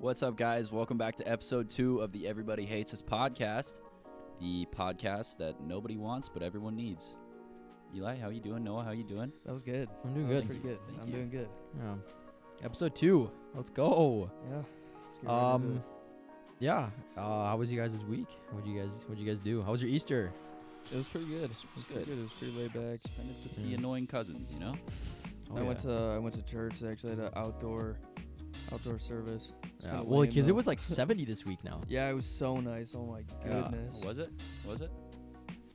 What's up, guys? Welcome back to episode two of the Everybody Hates Us podcast, the podcast that nobody wants but everyone needs. Eli, how you doing? Noah, how you doing? That was good. I'm doing That was good. pretty good. Thank I'm you. doing good. Yeah. Episode two. Let's go. Yeah. Let's get right into Um, yeah. Uh, how was you guys this week? What you guys? What you guys do? How was your Easter? it. it was pretty good. It was, pretty good. good. It was pretty laid back. Spend it with Yeah. the annoying cousins, you know? Oh, I yeah. went to I went to church. They actually had an outdoor outdoor service. It's Yeah. kinda Well, lame, because though. it was like 70 this week now. Yeah, it was so nice. Oh my Yeah. goodness. Was it? Was it?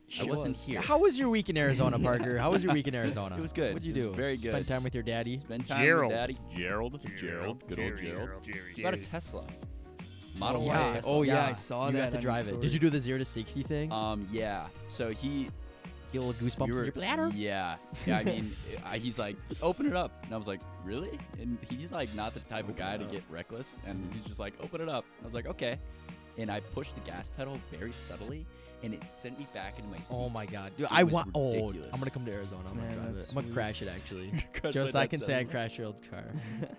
It I wasn't was. here. How was your week in Arizona, Parker? How was your week in Arizona? It was good. What'd you It was do? very good. Spend time with your daddy. Spend time Gerald. with Daddy. Gerald. Gerald. Good old Gerald. What about a Tesla? Model Oh, Y yeah. Tesla. Oh, yeah, I saw you that got on to your drive it. Did story. Uh, you do the zero to 60 thing? Um, yeah. So he Get a little goosebumps we in were- your bladder. Yeah. Yeah, I mean, I, he's like, open it up. And I was like, really? And he's like, not the Oh, type of guy to get reckless. And he's just like, open it up. I was like, okay. And I pushed the gas pedal very subtly, and it sent me back into my seat. Oh my god, dude! It I was want. Oh, ridiculous. I'm gonna come to Arizona. I'm Man, gonna drive it. that's I'm gonna sweet. crash it actually, Good, just but so I that's- can that's say I what- crashed your old car,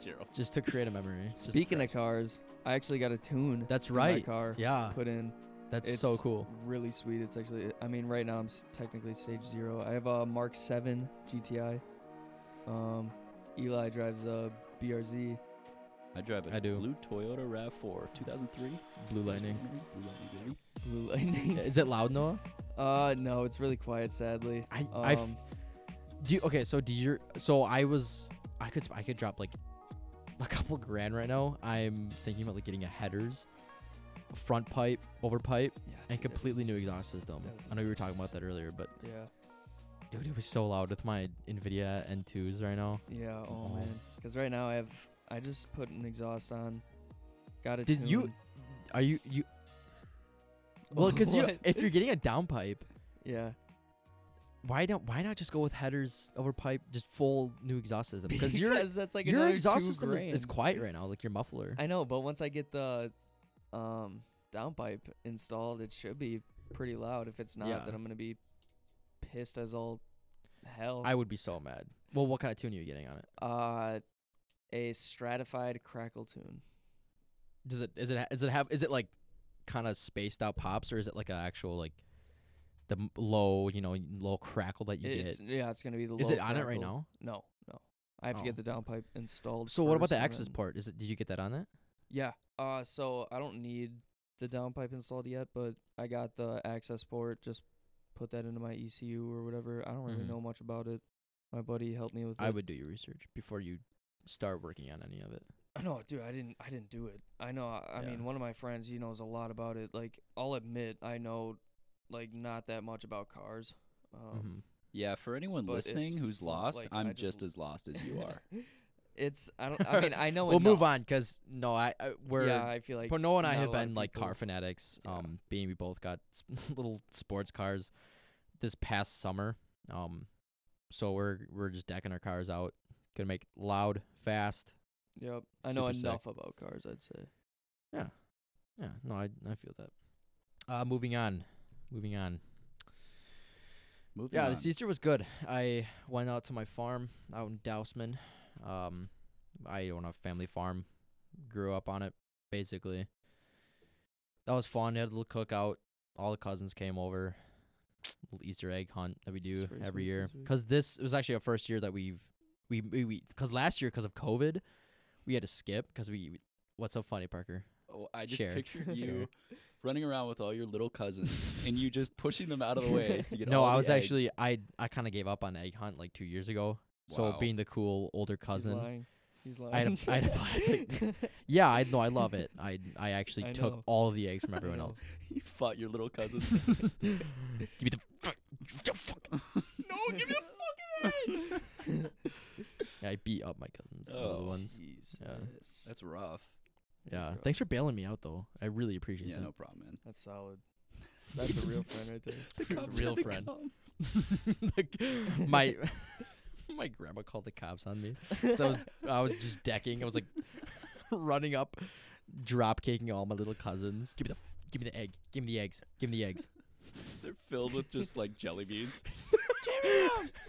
Gerald. just to create a memory. Just to Speaking crash. of cars, I actually got a tune. That's in My right. car. Yeah, Put in. that's so it's cool. Really sweet. It's actually. I mean, right now I'm s- technically stage zero. I have a Mark Seven GTI. Um, Eli drives a BRZ. I drive a I do. blue Toyota RAV4, 2003. Blue lightning. Blue Lightning, baby. Blue Lightning. Is it loud, Noah? Uh, no, it's really quiet, sadly. I, I f- Um, do. You, okay, so do you? So I was, I could, I could drop like a couple grand right now. I'm thinking about like getting a headers, front pipe, over pipe, yeah, dude, and that completely was- new exhaust system. that would I be know we were sick. talking about that earlier, but Yeah, dude, it was so loud with my Nvidia N2s right now. yeah. Oh, Oh. man, because right now I have I just put an exhaust on. Got it. Did you- Are you you? Well, because you, What? if you're getting a downpipe, Yeah. why don't why not just go with headers over pipe, just full new exhaust system? Because your that's like your another exhaust two system is, is grand. quiet right now, like your muffler. I know, but once I get the um downpipe installed, it should be pretty loud. If it's not, Yeah. then I'm gonna be pissed as all hell. I would be so mad. Well, what kind of tune are you getting on it? uh, a stratified crackle tune. Does it is it ha- does it have is it like kind of spaced out pops or is it like an actual like the m- low you know low crackle that you It's, get? yeah, it's gonna be the. Is low it on it right crackle. now? Oh. No, no. I have to get the downpipe installed. So what about first the and access then- part? Is it did you get that on it? Yeah. Uh, so I don't need the downpipe installed yet, but I got the access port. Just put that into my ECU or whatever. I don't really Mhm. know much about it. My buddy helped me with I it. would do your research before you start working on any of it. No, dude, I didn't. I didn't do it. I know. I, I Yeah. mean, one of my friends, he knows a lot about it. Like, I'll admit, I know, like, not that much about cars. Um, hmm Yeah, for anyone But it's listening who's fun, lost, like, I'm I just- just as lost as you are. It's. I don't. I mean, I know. We'll move enough. on because no, I, I we're Oh, yeah, I feel like. But Noah and I not a have lot of been like people- car fanatics. Yeah. Um, being we both got s- little sports cars this past summer. Um, so we're we're just decking our cars out. Gonna make loud, fast. Yep. I know super sick. enough about cars. I'd say. Yeah, no, I I feel that. Uh, moving on, moving on. Moving Yeah, on. this Easter was good. I went out to my farm out in Dousman. Um, I own a family farm. Grew up on it, basically. That was fun. Had a little cookout. All the cousins came over. Little Easter egg hunt that we do pretty every sweet, year. pretty sweet. Because this it was actually our first year that we've we we because last year because of COVID, we had to skip because we. What's so funny, Parker? Oh, I just Share. pictured you running around with all your little cousins and you just pushing them out of the way to get no, all I the was actually eggs. I I kind of gave up on egg hunt like two years ago. So Wow. being the cool older cousin. He's lying. He's lying. I had a- I had a plastic- Yeah, I know. I love it. I I actually I took know. all of the eggs from everyone know. else. you fought your little cousins. Give me the fuck. the fuck. no, give me a fucking Yeah, I beat up my cousins, the Oh, little ones. Yeah. Jesus. That's rough. Yeah. rough. Thanks for bailing me out though. I really appreciate Yeah, that. no problem, man. That's solid. That's a real friend right there. The It's cops a real had to friend. come. Like, my my grandma called the cops on me. So I was, I was just decking. I was like running up, drop kicking all my little cousins. Give me the give me the egg. Give me the eggs. Give me the eggs. They're filled with just like jelly beans.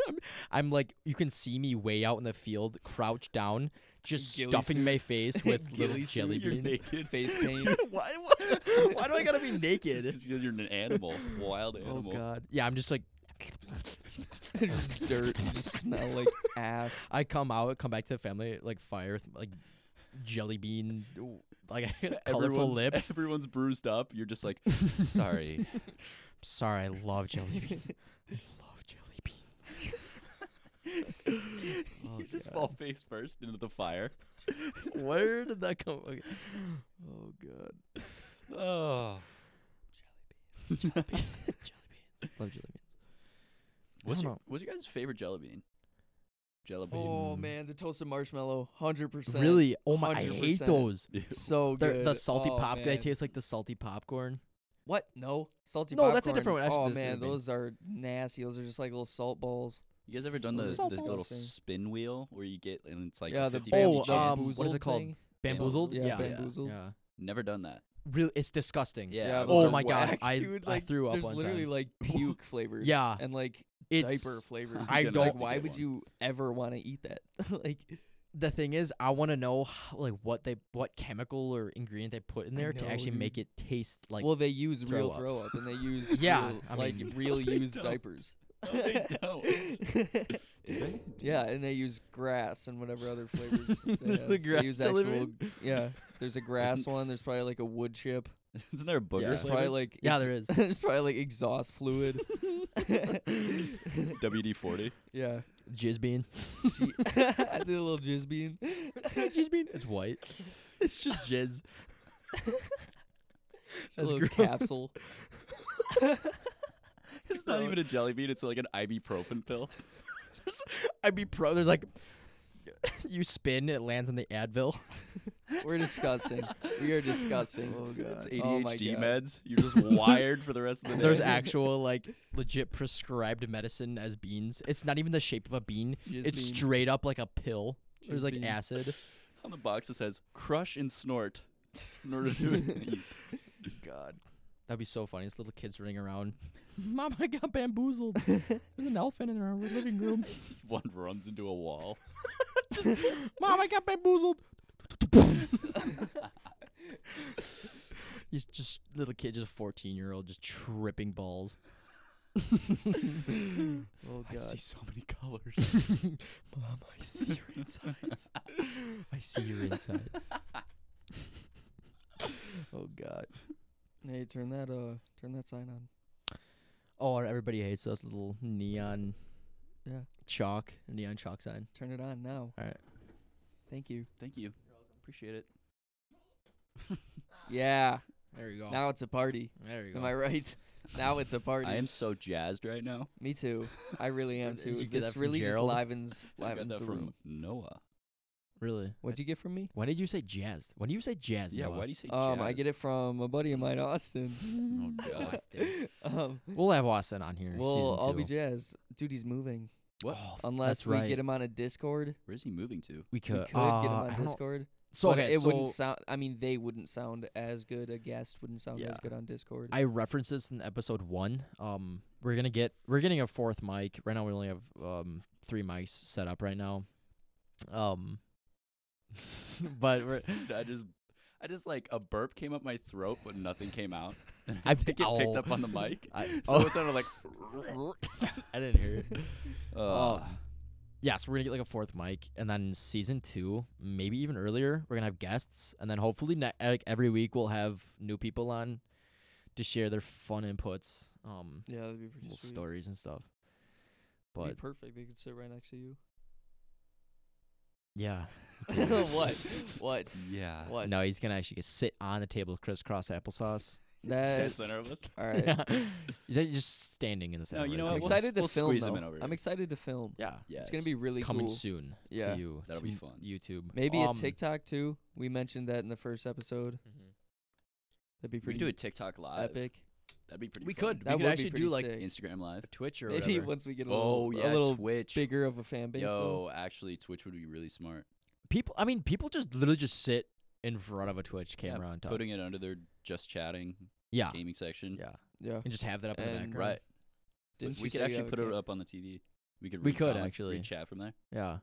I'm, I'm like, you can see me way out in the field, crouched down, just Ghillie stuffing suit. my face with little Ghillie suit, jelly you're beans. naked. Face paint. why, why, why do I gotta be naked? Just because you're an animal, wild oh animal. god. Yeah, I'm just like Dirt. You just smell like ass. I come out, come back to the family like fire, with, like jelly bean, like colorful Everyone's- lips. Everyone's bruised up. You're just like, sorry. I'm sorry, I love jelly beans. I love jelly beans. Oh, you just God. fall face first into the fire. Where did that come? Okay. Oh god, Oh. love jelly beans. What's don't your, know. what's your guys' favorite jelly bean? Jelly bean. Oh man, the toasted marshmallow, hundred percent. Mm. Really? Oh my, I hate 100%. those. So They're- good. the salty oh, pop. They man. taste like the salty popcorn. What? No, salty. No, that's a different popcorn. one. Oh Actually, that's man, a different thing. those are nasty. Those are just like little salt balls. You guys ever done Those this, are this so little disgusting. spin wheel where you get and it's like yeah, a the 50 Oh, chance? um, bamboozled what is it called? thing. Bamboozled? Yeah, Yeah. bamboozled. Yeah. Never done that. Really, it's disgusting. Yeah. Yeah, I those Oh are was- my god, whack, I- dude. I Like, threw up There's one literally time. like puke flavor. Yeah. and like It's diaper flavor. You're I gonna don't- have Like, to why get would one. you ever want to eat that? like, the thing is, I want to know how, like what they what chemical or ingredient they put in I there to know, actually dude. make it taste like. well, they use throw real up. throw up, and they use Yeah, real, I like mean- real They used don't. diapers. No, they don't. Do they? yeah, and they use grass and whatever other flavors. they There's have. the grass They use jelly actual. Yeah, there's a grass Isn't- one. There's probably like a wood chip. Isn't there a booger There's There's probably flavor? like yeah, ex- there is. there's probably like exhaust fluid. WD 40. yeah, Jizz bean. she- I did a little jizz bean. Jizz bean. It's white. It's just jizz. Just a That's little gross. capsule. It's not even a jelly bean, it's like an ibuprofen pill. I'd be pro. There's like, you spin, it lands on the Advil. We're disgusting. We are disgusting. It's Oh ADHD my God. meds. You're just wired for the rest of the day. There's actual like legit prescribed medicine as beans. It's not even the shape of a bean. Jizz it's bean. straight up like a pill. There's Jizz like bean. acid. on the box it says crush and snort in order to eat. God. That'd be so funny. It's little kids running around. Mom, I got bamboozled. There's an elephant in our living room. Just one runs into a wall. Mom, I got bamboozled. He's just little kid, just a fourteen year old, just tripping balls. Oh I see god. so many colors. Mom, I see your insides. I see your insides. oh God. Hey, turn that uh, turn that sign on. Oh, and everybody hates those little neon Yeah. chalk, neon chalk sign. Turn it on now. All right. Thank you. Thank you. Appreciate it. Yeah. There you go. Now it's a party. Oh. there you go. Am I right? Now it's a party. I am so jazzed right now. Me too. I really am Did you too. get that this from really Gerald? just livens I got livens that the from room. Noah. really? What'd you get from me? When did you say jazz? When do you say jazz? Yeah, Noah? why do you say Um, I get it from a buddy of mine, Austin. Oh, God. Austin. um, We'll have Austin on here. in well, season I'll be two. jazzed. Dude, he's moving. What? Oh, f- Unless that's we right. get him on a Discord, Where's he moving to? We we could, could get him uh, on I don't know. Discord. So but okay, it so wouldn't sound. I mean, they wouldn't sound as good. A guest wouldn't sound Yeah. as good on Discord. I referenced this in episode one. Um, we're gonna get we're getting a fourth mic. Right now we only have um three mics set up right now. Um, but we're I just, I just like a burp came up my throat, but nothing came out. And I- I think it ow. picked up on the mic, I, so oh, it sounded like. I didn't hear it. Uh, Um, yeah, so we're gonna get like a fourth mic, and then season two, maybe even earlier, we're gonna have guests, and then hopefully ne- like every week we'll have new people on to share their fun inputs, um, yeah, that'd be pretty little sweet. stories and stuff. It'd But be perfect. They could sit right next to you. yeah, what? What? yeah. What? Uh, no, he's gonna actually sit on the table, crisscross applesauce. Dead That's center of us. all right. he's like just standing in the center. you right know now. what, I'm we'll s- excited we'll to film. squeeze him though. in over I'm here. excited to film. Yeah, It's gonna be really coming cool. soon. Yeah. to you. That'll to be m- fun. YouTube, Maybe um, a TikTok too. We mentioned that in the first episode. Mm-hmm. That'd be We pretty could do a TikTok live. epic. That'd be pretty. We fun. could. That we could would be actually pretty do like sick. Instagram live. Twitch or Maybe whatever. once we get a little, Oh yeah, a little Twitch. bigger of a fan base. though. Yo, actually, Twitch would be really smart. people i mean people just literally just sit in front of a twitch Yeah, camera and talk Putting it under their just chatting yeah gaming section. yeah yeah. and just have that up in the And- background Right. Didn't we you could say you actually have a put it cam- up on the TV. We could. We read could, comments, actually. read chat from there. yeah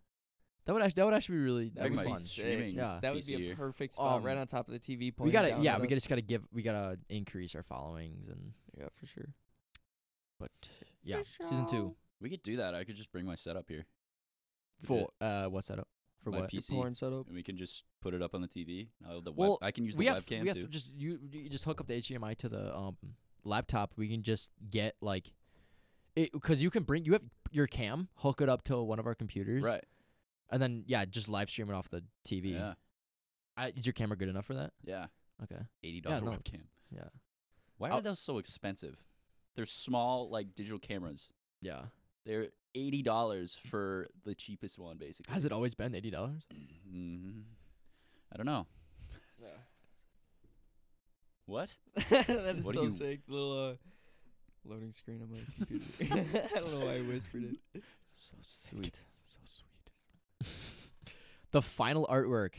That would actually that would actually be really we That that'd would might be be be fun. sick. streaming. Yeah. That would PC be a year. perfect spot right Um, on top of the TV. We pointing gotta down yeah, at we us. just gotta give we gotta increase our followings and yeah for sure. but yeah, season two We could do that. I could just bring my setup here. We did for uh what's that up for my what? Your PC, porn setup. and we can just put it up on the TV. Now the Well, web, I can use the we have webcam we have too. to just you you just hook up the HDMI to the um laptop. We can just get like it because you can bring you have your cam hook it up to one of our computers right. and then yeah just live stream it off the TV. Yeah. I, is your camera good enough for that? Yeah. Okay. Eighty dollar no. webcam. Yeah. Why I'll- are those so expensive? They're small, like digital cameras. Yeah. They're eighty dollars for the cheapest one, basically. Has it always been eighty dollars? hmm I don't know. What? that is What do so you- sick. Little uh, loading screen on my computer. I don't know why I whispered it. So sweet. so sweet. the final artwork.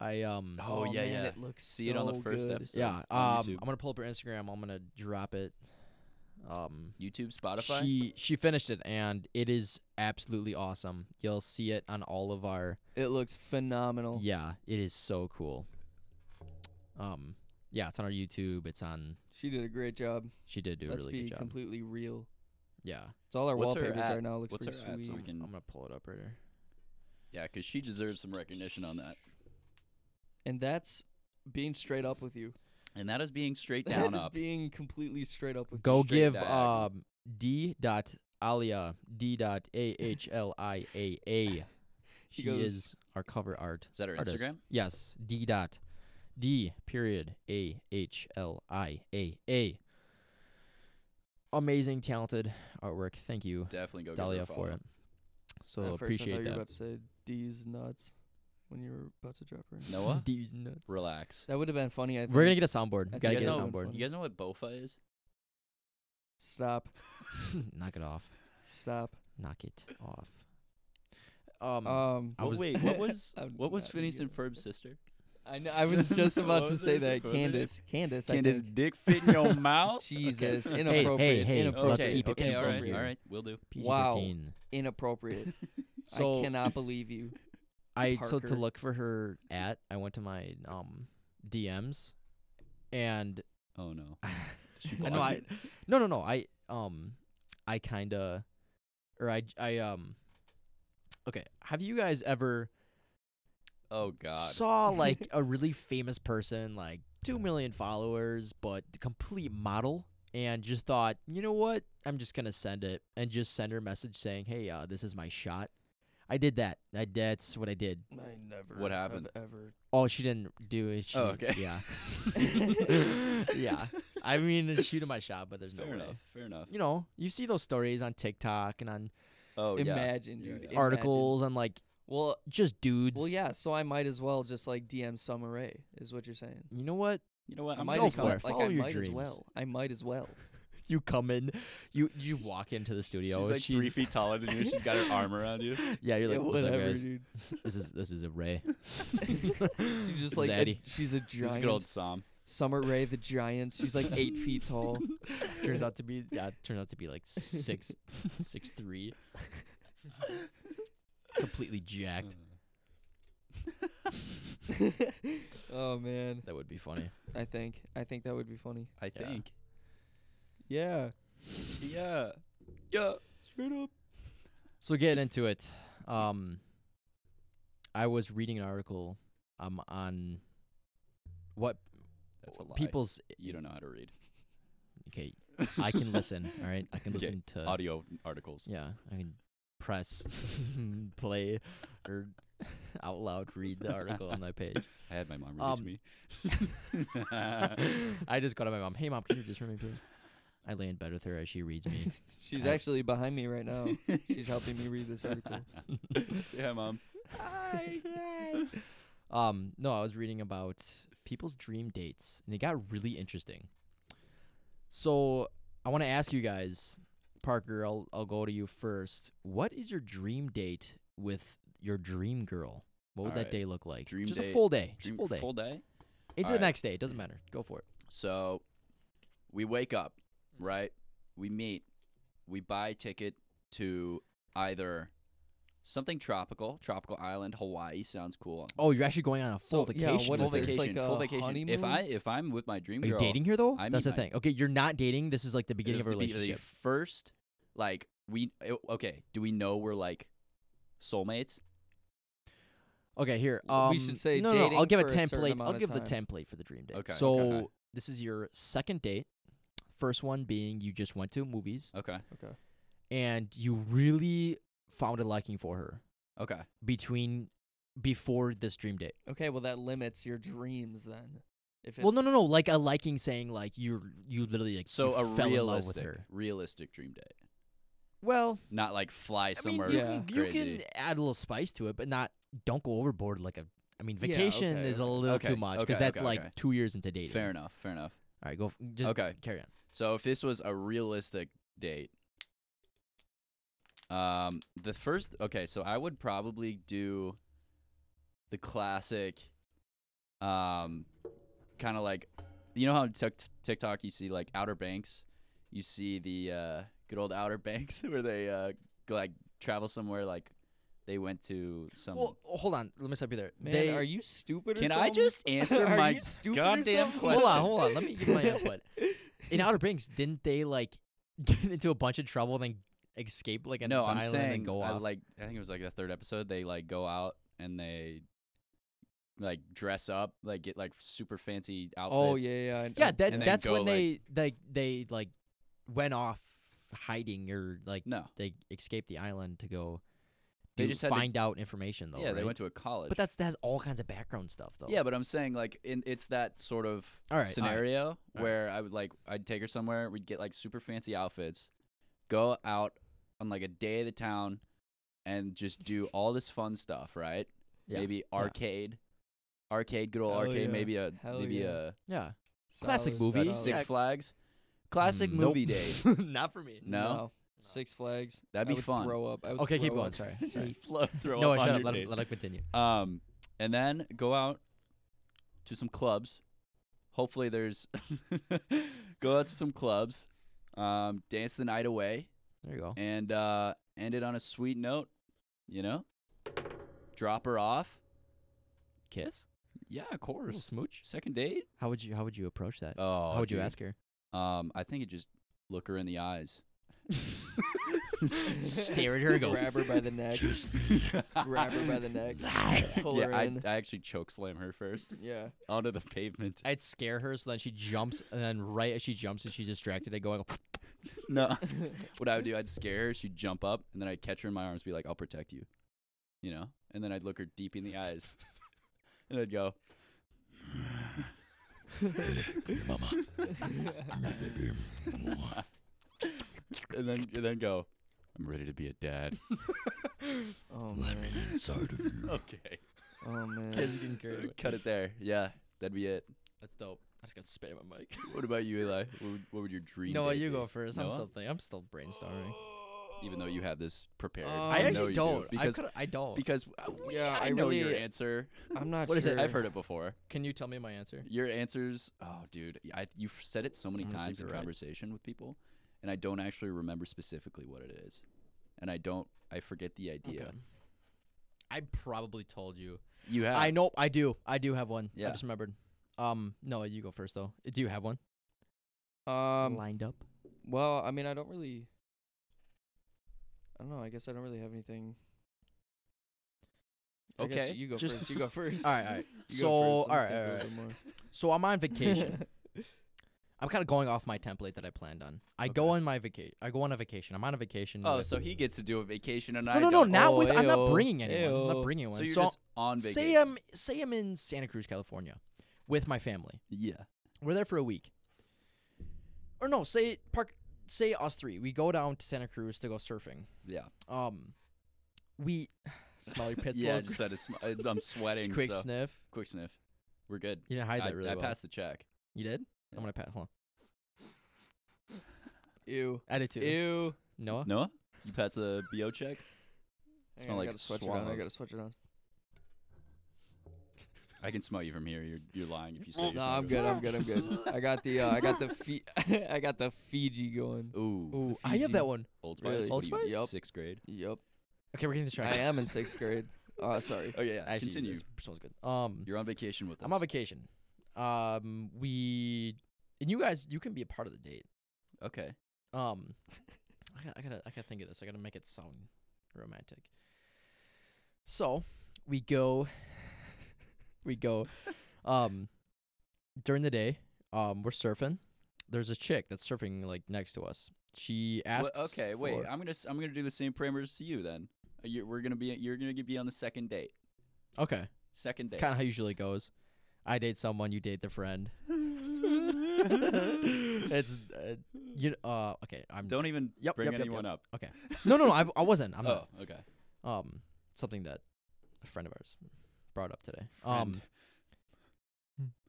I um Oh, yeah, man, yeah. It looks See it on the so first good. episode. yeah um on I'm YouTube. gonna pull up her Instagram. I'm gonna drop it. Um, YouTube, Spotify. she she finished it and it is absolutely awesome. You'll see it on all of our It looks phenomenal. yeah. It is so cool. Um, yeah, it's on our YouTube. It's on. She did a great job. She did do Let's a be really good job. completely real. yeah, It's all our What's her wallpapers at? right now. It looks What's her pretty at sweet. so we I'm can? gonna pull it up right here. Yeah, because she deserves some recognition on that. And that's being straight up with you. And that is being straight That down is up. being completely straight up with Go Straight give diagonal. um d dot alia d dot a h l i a a. She goes- is our cover art. Is that her artist. Instagram? Yes, D dot D period A H L I A A. Amazing, talented artwork. Thank you, Definitely go Dahlia, give her a for follow. it. So At first, I appreciate thought you were that. about to say D's nuts when you were about to drop her. in. Noah, These nuts. relax. That would have been funny. I think. We're gonna get a soundboard. I Gotta think get a that's soundboard. funny. You guys know what Bofa is? stop, Knock it off. stop. Knock it off. Mm. Um, Um, I Well, was- Oh, wait, what was I'm what was not gonna Phineas get and it. Ferb's sister? I know. I was just about What to was say her- that what was her name? Candace, Candace, Oh, I think. dick fit in your mouth? Jesus, Okay. hey, inappropriate, hey, inappropriate, let's keep it okay, all right, PG. all right, we'll do. PG-13. inappropriate. So I cannot believe you. I so to Parker. look for her at. I went to my um DMs, and Oh no, She I know blocked I you? No, no, no. I um, I kind of, or I, I um. Okay, have you guys ever Oh god, saw like a really famous person, like two million followers, but the complete model, and just thought, you know what? I'm just gonna send it and just send her a message saying, hey, uh, this is my shot. I did that. I that's what I did. I never. What happened? Have ever. Oh, she didn't do it. She, Oh, okay. Yeah. yeah. I mean, shoot my shot, but there's fair no way. enough, fair enough. You know, you see those stories on TikTok and on Oh yeah, imagine, Yeah, dude. yeah. imagine. articles and like Well, just dudes. well, yeah. So I might as well just like DM Summer Rae, is what you're saying. You know what? you know what? I I'm might gonna go as for well. call- it. Like Follow I your might as dreams. well. I might as well. You come in, you you walk into the She's studio. like three feet taller than you. She's got her arm around you. Yeah, you're like Yeah, "What's up, whatever, guys? dude. This is this is a Ray. She's This just is like a, Addy. she's a This is giant. good old Sam. Summer Rae, the giant. She's like eight feet tall. turns out to be yeah, turns out to be like six six three. Completely jacked. oh man, That would be funny. I think I think that would be funny. I Yeah. think. Yeah, Yeah. Yeah. straight up. So getting into it, um, I was reading an article um on what That's a lie. people's you don't know how to read okay. I can listen. All right, I can Okay, listen to audio articles. Yeah, I can press play or out loud read the article on that page. I had my mom read it to Um, me. Uh-huh. Um, I just got to my mom. Hey mom, can you just read me please? I lay in bed with her as she reads me. She's I- actually behind me right now. She's helping me read this article. Say hi, mom. Hi, um, no, I was reading about people's dream dates, and it got really interesting. So I want to ask you guys, Parker. I'll I'll go to you first. What is your dream date with your dream girl? What would that Alright. day look like? Dream just a date- full day. Just Dream- full day. Full day. Into Alright. the next day. It doesn't matter. Go for it. So we wake up, Mm. right? We meet. We buy a ticket to either Something tropical, tropical island, Hawaii sounds cool. Oh, you're actually going on a full So, yeah, vacation. what full is Full this? vacation, like full a vacation. If honeymoon? I if I'm with my dream Are you girl, dating her though? I That's the mean, thing. Okay, you're not dating. This is like the beginning of a the be- relationship. The first, like we it- okay, do we know we're like soulmates? Okay, here. Um, W- we should say no, no, no. I'll dating give a for a certain template. amount I'll of give the time. template for the dream date. Okay, okay. So this is your second date. First one being you just went to movies Okay, Okay. and you really found a liking for her okay. between before this dream date. Okay, well that limits your dreams then. If it's, Well, no, no, no. Like a liking, saying like you you literally like So you a fell in love with realistic, her. realistic dream date, Well, not like fly I mean, somewhere you, Yeah. can, you crazy. can add a little spice to it, but not don't go overboard. Like a, I mean, Yeah, vacation okay, is a okay. little Okay, too much okay, because that's okay, like okay. two years into dating. Fair enough, fair enough. All right, go. f- Just Okay. carry on. So if this was a realistic date, um, the first okay, so I would probably do the classic, um, kind of like you know how on Tik TikTok you see like Outer Banks, you see the uh, good old Outer Banks where they uh, g- like travel somewhere like they went to some. Well, hold on. Let me stop you there. Man, they, are you stupid? or can I something? just answer Are my you stupid or goddamn something? question? Hold on, hold on. Let me give my input. In Outer Banks, didn't they like get into a bunch of trouble and then escape like an no, I'm island saying and go I, off? like I think it was like the third episode. They like go out and they like dress up, like get like super fancy outfits. Oh yeah, yeah. I- yeah, I- that and then that's go, when like- they like they like went off hiding or like No, they escaped the island to go. They do- just had to- find out information though. yeah, they right? went to a college. But that's that has all kinds of background stuff though. yeah, but I'm saying like in, it's that sort of All right, all right, scenario right. where I would like I'd take her somewhere. We'd get like super fancy outfits, go out on like a day of the town, and just do all this fun stuff. Right? Yeah. Maybe arcade, arcade, good old Hell arcade. yeah. Maybe a Hell maybe yeah. a yeah. Solid, Classic s- movie. a solid. Six Yeah. Flags, classic Mm, Nope. movie date. Not for me. No? Six Flags. That'd I be would fun. Throw up. I would Okay, keep throw going. up. Sorry. Just Sorry. flow, throw no, up on shut your up. Let date. him, let him continue. Um, and then go out to some clubs. Hopefully, there's go out to some clubs, um, dance the night away, There you go. and uh, end it on a sweet note. You know, drop her off. Kiss? Yeah, of Or course. smooch? Second date. How would you how would you approach that? Oh, how would you dude. ask her? Um, I think it just look her in the eyes. Stare at her and go. Grab her by the neck. Grab her by the neck. Pull yeah, her I, in. I actually choke slam her first Yeah. onto the pavement. I'd scare her so then she jumps and then right as she jumps and she's distracted I go No. what I would do, I'd scare her. She'd jump up, and then I'd catch her in my arms, be like, "I'll protect you," you know. And then I'd look her deep in the eyes, and I'd go, "Mama," and then and then go, "I'm ready to be a dad." Oh man. Inside of you. Okay. Oh man. Kids can carry it. Cut it there. Yeah, that'd be it. That's dope. I just got spit in my mic. What about you, Eli? What would, what would your dream? No, date you be? go first. I'm Noah? still think- I'm still brainstorming. Even though you have this prepared, Um, I know actually you do, don't. I, because coulda- I don't. because uh, we- Yeah, I, I know your really- answer. I'm not What sure. is it? I've heard it before. Can you tell me my answer? Your answers, oh, dude, I, you've said it so many I'm gonna see times if in Mm, you're right. conversation with people, and I don't actually remember specifically what it is, and I don't, I forget the idea. Okay. I probably told you. You have, I know. I do. I do have one. Yeah. I just remembered. Um, no, you go first though. Do you have one Um. lined up? Well, I mean, I don't really. I don't know. I guess I don't really have anything. I guess Okay, you go just- first. You go first. All right, all right. You so, go all first, let me right, think all a right. little bit more. So I'm on vacation. I'm kind of going off my template that I planned on. I go Okay. on my vacation. I go on a vacation. I'm on a vacation. oh, with- so he gets to do a vacation, and no, I no, no, don't. not Oh, with. I'm not ayo, bringing anyone. I'm not ayo. bringing one. so you're so just on vacation. say I'm say I'm in Santa Cruz, California, with my family. yeah, We're there for a week. Or no, say park. Say us three. We go down to Santa Cruz to go surfing. yeah, Um, we smell your pits. a yeah. I little just had a sm- I- I'm sweating. quick so- sniff. quick sniff. We're good. You didn't hide I, that really I well. passed the check. You did? Yeah. I'm gonna pass. Hold on. Ew. I did too. Ew. Noah. Noah, you passed a bo check. Hang Smell on, like I gotta switch it on. I suave. gotta switch it on. I can smell you from here. You're you're lying if you say. you're No, I'm good. I'm good. I'm good. I got the. Uh, I got the. Fi- I got the Fiji going. Ooh, Ooh, I have Fiji. that one. Old Spice. Really? What Old are you, Spice? Yup. Sixth grade. Yep. Okay, we're getting I distracted. am in sixth grade. Uh, sorry. Oh yeah, Actually, continue. This sounds good. Um, You're on vacation with us. I'm on vacation. Um, we and you guys, you can be a part of the date. okay. Um, I gotta, I gotta, I gotta think of this. I gotta make it sound romantic. So we go, we go. Um, during the day, um, we're surfing. There's a chick that's surfing like next to us. She Well, asks. okay, wait. for- I'm gonna s- I'm gonna do the same parameters to you then. Uh, you we're gonna be you're gonna be on the second date. okay. Second date. Kind of how usually goes. I date someone, you date the friend. it's uh, you. Uh, okay. I'm. Don't even Yep, bring yep, yep, anyone up. No, no, no. I, I wasn't. I'm oh, okay. not. Um, something that a friend of ours brought up today. Um,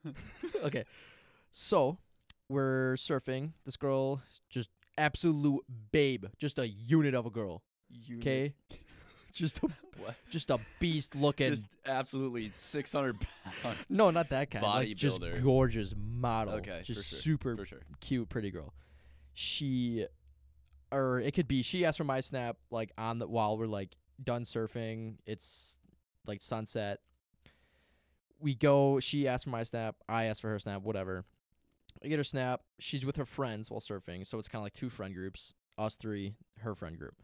Friend. Hmm. okay. So we're surfing. This girl, just absolute babe, just a unit of a girl. Okay, just a What? just a beast looking. Just absolutely 600 pounds no, not that kind. like, just Bodybuilder. gorgeous model. Okay, for just sure, super for sure. cute, pretty girl. She, or it could be she asked for my snap like on the while we're like done surfing. It's like sunset. We go. She asked for my snap. I asked for her snap. Whatever. I get her snap. She's with her friends while surfing, so it's kind of like two friend groups: us three, her friend group.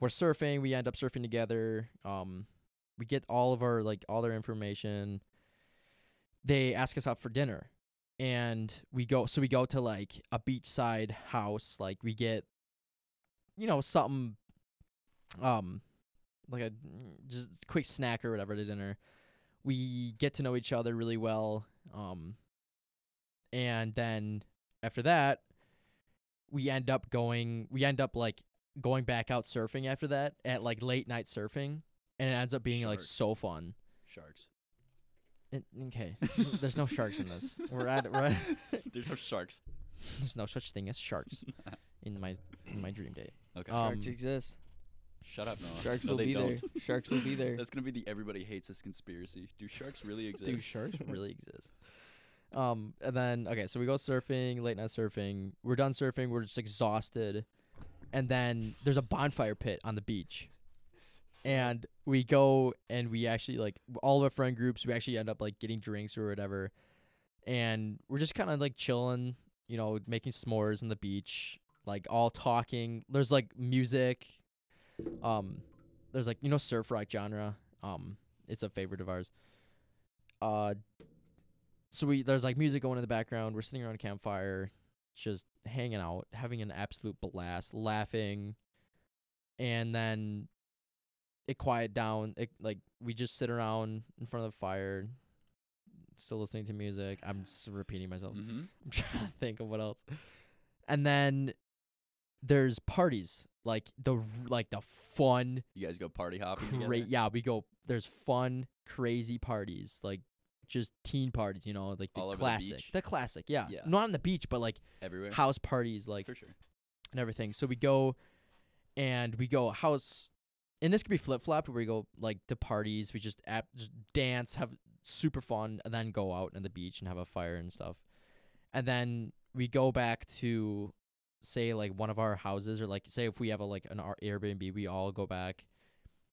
We're surfing. We end up surfing together. Um, we get all of our like all their information. They ask us out for dinner and we go so we go to like a beachside house like we get you know something um like a just quick snack or whatever to dinner we get to know each other really well um and then after that we end up going we end up like going back out surfing after that at like late night surfing and it ends up being like Sharks. so fun Sharks. And- okay there's no sharks in this we're at we're at, There's no sharks. There's no such thing as sharks in my in my dream date. Okay. Um, Sharks exist. Shut up, Noah. Sharks No, will they be don't. there. Sharks will be there. That's gonna be the everybody hates this conspiracy. Do sharks really exist? Do sharks really exist? Um, and then okay, so we go surfing, late night surfing. We're done surfing. We're just exhausted, and then there's a bonfire pit on the beach, and we go and we actually like all of our friend groups. We actually end up like getting drinks or whatever, and we're just kind of like chilling, you know, making s'mores on the beach, like all talking. There's like music, um, there's like you know surf rock genre. Um, it's a favorite of ours. Uh, so we there's like music going in the background. We're sitting around a campfire, just hanging out, having an absolute blast, laughing, and then it quiet down. It like we just sit around in front of the fire, still listening to music. I'm just repeating myself. hmm I'm trying to think of what else. And then there's parties like the r- like the fun You guys go party hopping together? great yeah we go there's fun crazy parties like just teen parties you know like the All over the classic beach? classic yeah. Yeah. not on the beach but like everywhere. house parties like For sure. and everything so we go and we go house and this could be flip-flopped where we go like to parties we just, ap- just dance have super fun and then go out on the beach and have a fire and stuff and then we go back to say like one of our houses or like say if we have a like an Ar- airbnb we all go back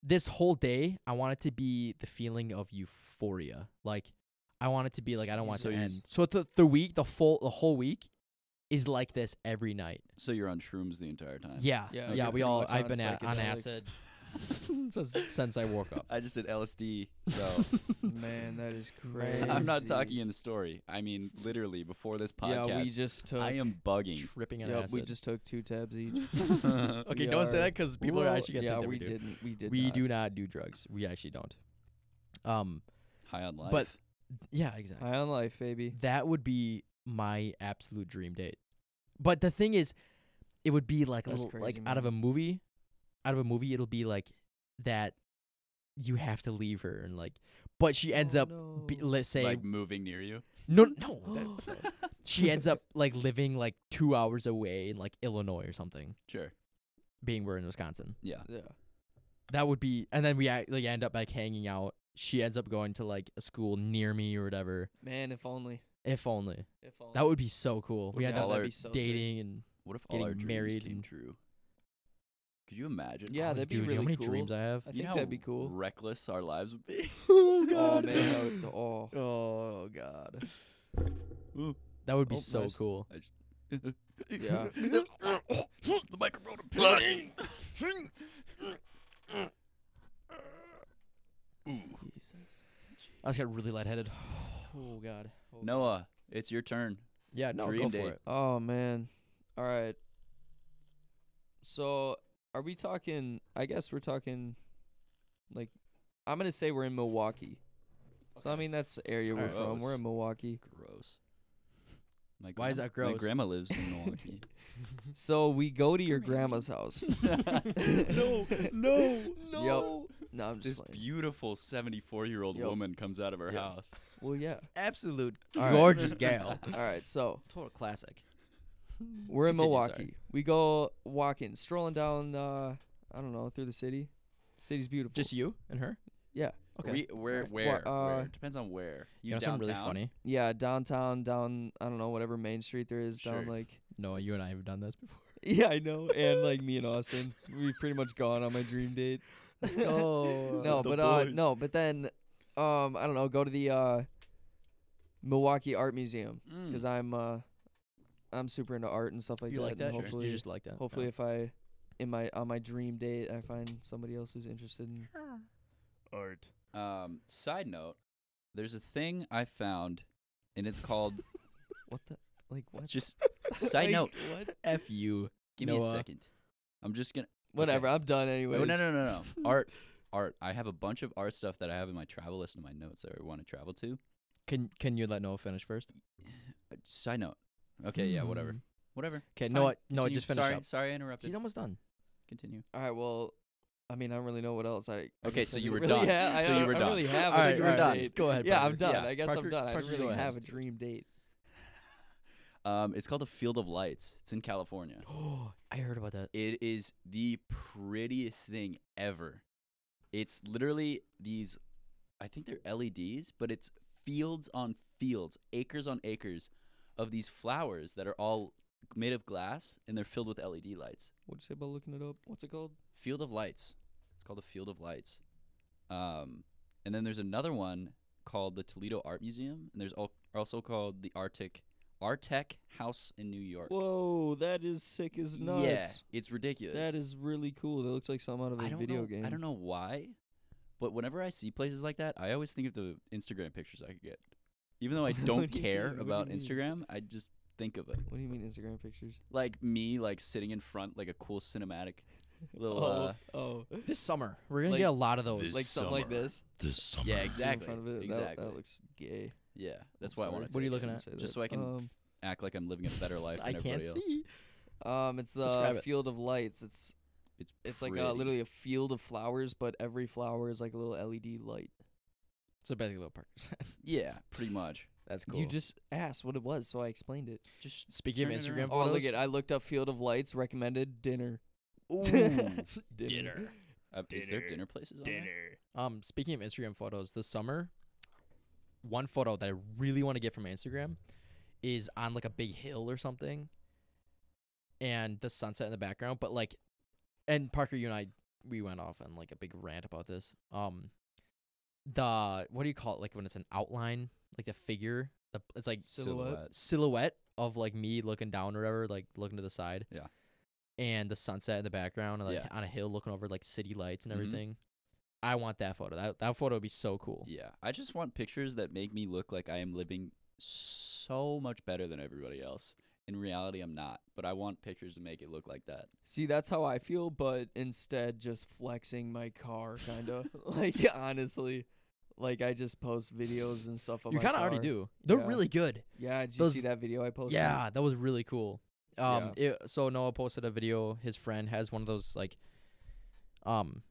this whole day i want it to be the feeling of euphoria like i want it to be like i don't want it to Jesus. end so the, the week the full the whole week is like this every night So you're on shrooms the entire time. yeah, Yeah, yeah, okay. we Pretty all. much I've on been a- on psychedelics. acid since, since I woke up. I just did LSD, so Man, that is crazy. I'm not talking in the story. I mean, literally before this podcast, Yeah, we just took. I am bugging. tripping on Yep, acid. we just took two tabs each. okay, we don't say are- that because people Well, are actually gonna Yeah, think that we we, do. didn't. We did. we not. do not do drugs. We actually don't. Um. High on life. But- Yeah. Exactly. High on life, baby. that would be my absolute dream date. But the thing is, it would be like a That's little, crazy, like out of a movie, out of a movie, it'll be like that. You have to leave her and like, but she ends Oh, Oh, up. Be, let's say like moving near you. No, no. that- she ends up like living like two hours away in like Illinois or something, Sure. being we're in Wisconsin. Yeah. Yeah. That would be, and then we act- like end up like hanging out. She ends up going to like a school near me or whatever. Man, if only. If only If only. that would be so cool. We Yeah, end all up our so sick. dating and What if all Getting our dreams married came and- true? Could you imagine? Yeah, Oh, that'd be dude, really how many cool. dreams I have. I You think know that'd be how cool. Reckless our lives would be. oh Oh man, that would, oh. Oh god. Ooh. That would be Oh, so nice. cool. Yeah. the microphone imploded. Ooh. I just got really lightheaded. Oh god. Oh, God. Noah, it's your turn. Yeah, no, dream go date. for it. Oh man. All right. So, are we talking? I guess we're talking. Like, I'm gonna say we're in Milwaukee. So I mean that's the area we're Alright, well, from. We're it's- in Milwaukee. Gross. My Why is gran- that gross? My grandma lives in Milwaukee. So we go to your Come here. grandma's house. no, no, no. No, I'm This just playing. beautiful 74 year old Yup. woman comes out of her Yup. house. Well, yeah. Absolute All right. gorgeous gal. All right. So Total classic. we're in Continue, sorry. Milwaukee. We go walking, strolling down. Uh, I don't know through the city. City's beautiful. Just you and her? Yeah. Okay. We, where, Alright. where, Wha- uh, where? Depends on where. you You, know downtown? something really funny? yeah, downtown, down. I don't know whatever main street there is down Sure. like. Noah, you and I have done this before. Yeah, I know. And like me and Austin, we've pretty much gone on my dream date. Oh no, the but uh, boys. no, but then, um, I don't know. Go to the uh, Milwaukee Art Museum Mm. because I'm uh, I'm super into art and stuff like Hmm. you that. like that? and hopefully, you just like that. hopefully, if I in my on my dream date, I find somebody else who's interested in. art. Um, side note, there's a thing I found, and it's called What the like? What? just. Side Like, note, What? F you. give me Noah. a second. I'm just gonna. Whatever. I'm done No, anyway. no, no, no, no. art, art. I have a bunch of art stuff that I have in my travel list and my notes that I want to travel to. Can can you let Noah finish first? Uh, Side note. Okay, yeah, whatever, whatever. Okay, Fine. Noah, Noah, Continue. Hmm. just finish sorry, up. Sorry, I He's interrupted. almost done. Continue. All right. Well, I mean, I don't really know what else. I I Okay, guess so I you didn't were really done. ha- So I you don't- were I done. really have. All a right, dream all right. date. Go ahead. Yeah, Parker. I'm done. Yeah, I guess Parker- I'm done. I Parker, don't go really ahead. have a dream date. Um, it's called the Field of Lights. It's in California. Oh, I heard about that. It is the prettiest thing ever. It's literally these, I think they're LEDs, but it's fields on fields, acres on acres of these flowers that are all made of glass and they're filled with LED lights. What'd you say about looking it up? What's it called? Field of Lights. It's called the Field of Lights. Um, and then there's another one called the Toledo Art Museum, and there's al- also called the Arctic Artec House in New York. Whoa, that is sick as nuts. Yeah, it's ridiculous. That is really cool. That looks like something out of a I don't video know, game. I don't know why, but whenever I see places like that, I always think of the Instagram pictures I could get. Even though I What do don't you care mean? What do about you mean? Instagram, I just think of it. What do you mean Instagram pictures? Like me, like sitting in front, like a cool cinematic little. oh, Uh, oh. This summer, we're gonna Like- get a lot of those. This like something like summer. this. this summer. yeah, Be exactly. In front of it. That- Exactly. That, looks gay. yeah, that's I'm why I sorry. want to. What are you looking Shouldn't say at? Just that. so I can Um, act like I'm living a better life I than everybody can't else. see. um, it's Describe the it. field of lights. It's It's it's like pretty. uh, literally a field of flowers, but every flower is like a little LED light. So basically, what Parker said. yeah, pretty much. That's You just asked what it was, so I explained it. Just Speaking turn of it Instagram around. Oh, photos, look at I looked up field of lights recommended dinner. Ooh. Dinner. Uh, is there Dinner. dinner places on there? dinner. um, speaking of Instagram photos, this summer, one photo that I really want to get from my Instagram is on like a big hill or something, and the sunset in the background. But like, and Parker, you and I, we went off on like a big rant about this. Um, the what do you call it? Like when it's an outline, like the figure. The it's like Silhouette. silhouette of like me looking down or whatever, like looking to the side. Yeah. And the sunset in the background, and like Yeah. on a hill looking over like city lights and Mhm. everything. I want that photo. That that photo would be so cool. Yeah, I just want pictures that make me look like I am living so much better than everybody else. In reality, I'm not, but I want pictures to make it look like that. See, that's how I feel, but instead just flexing my car, kind of. like, honestly, like I just post videos and stuff. Of you kind kind of already do. They're Yeah. really good. Yeah, did you see Those- that video I posted? Yeah, that was really cool. Um, it- so Noah posted a video. His friend has one of those like, um,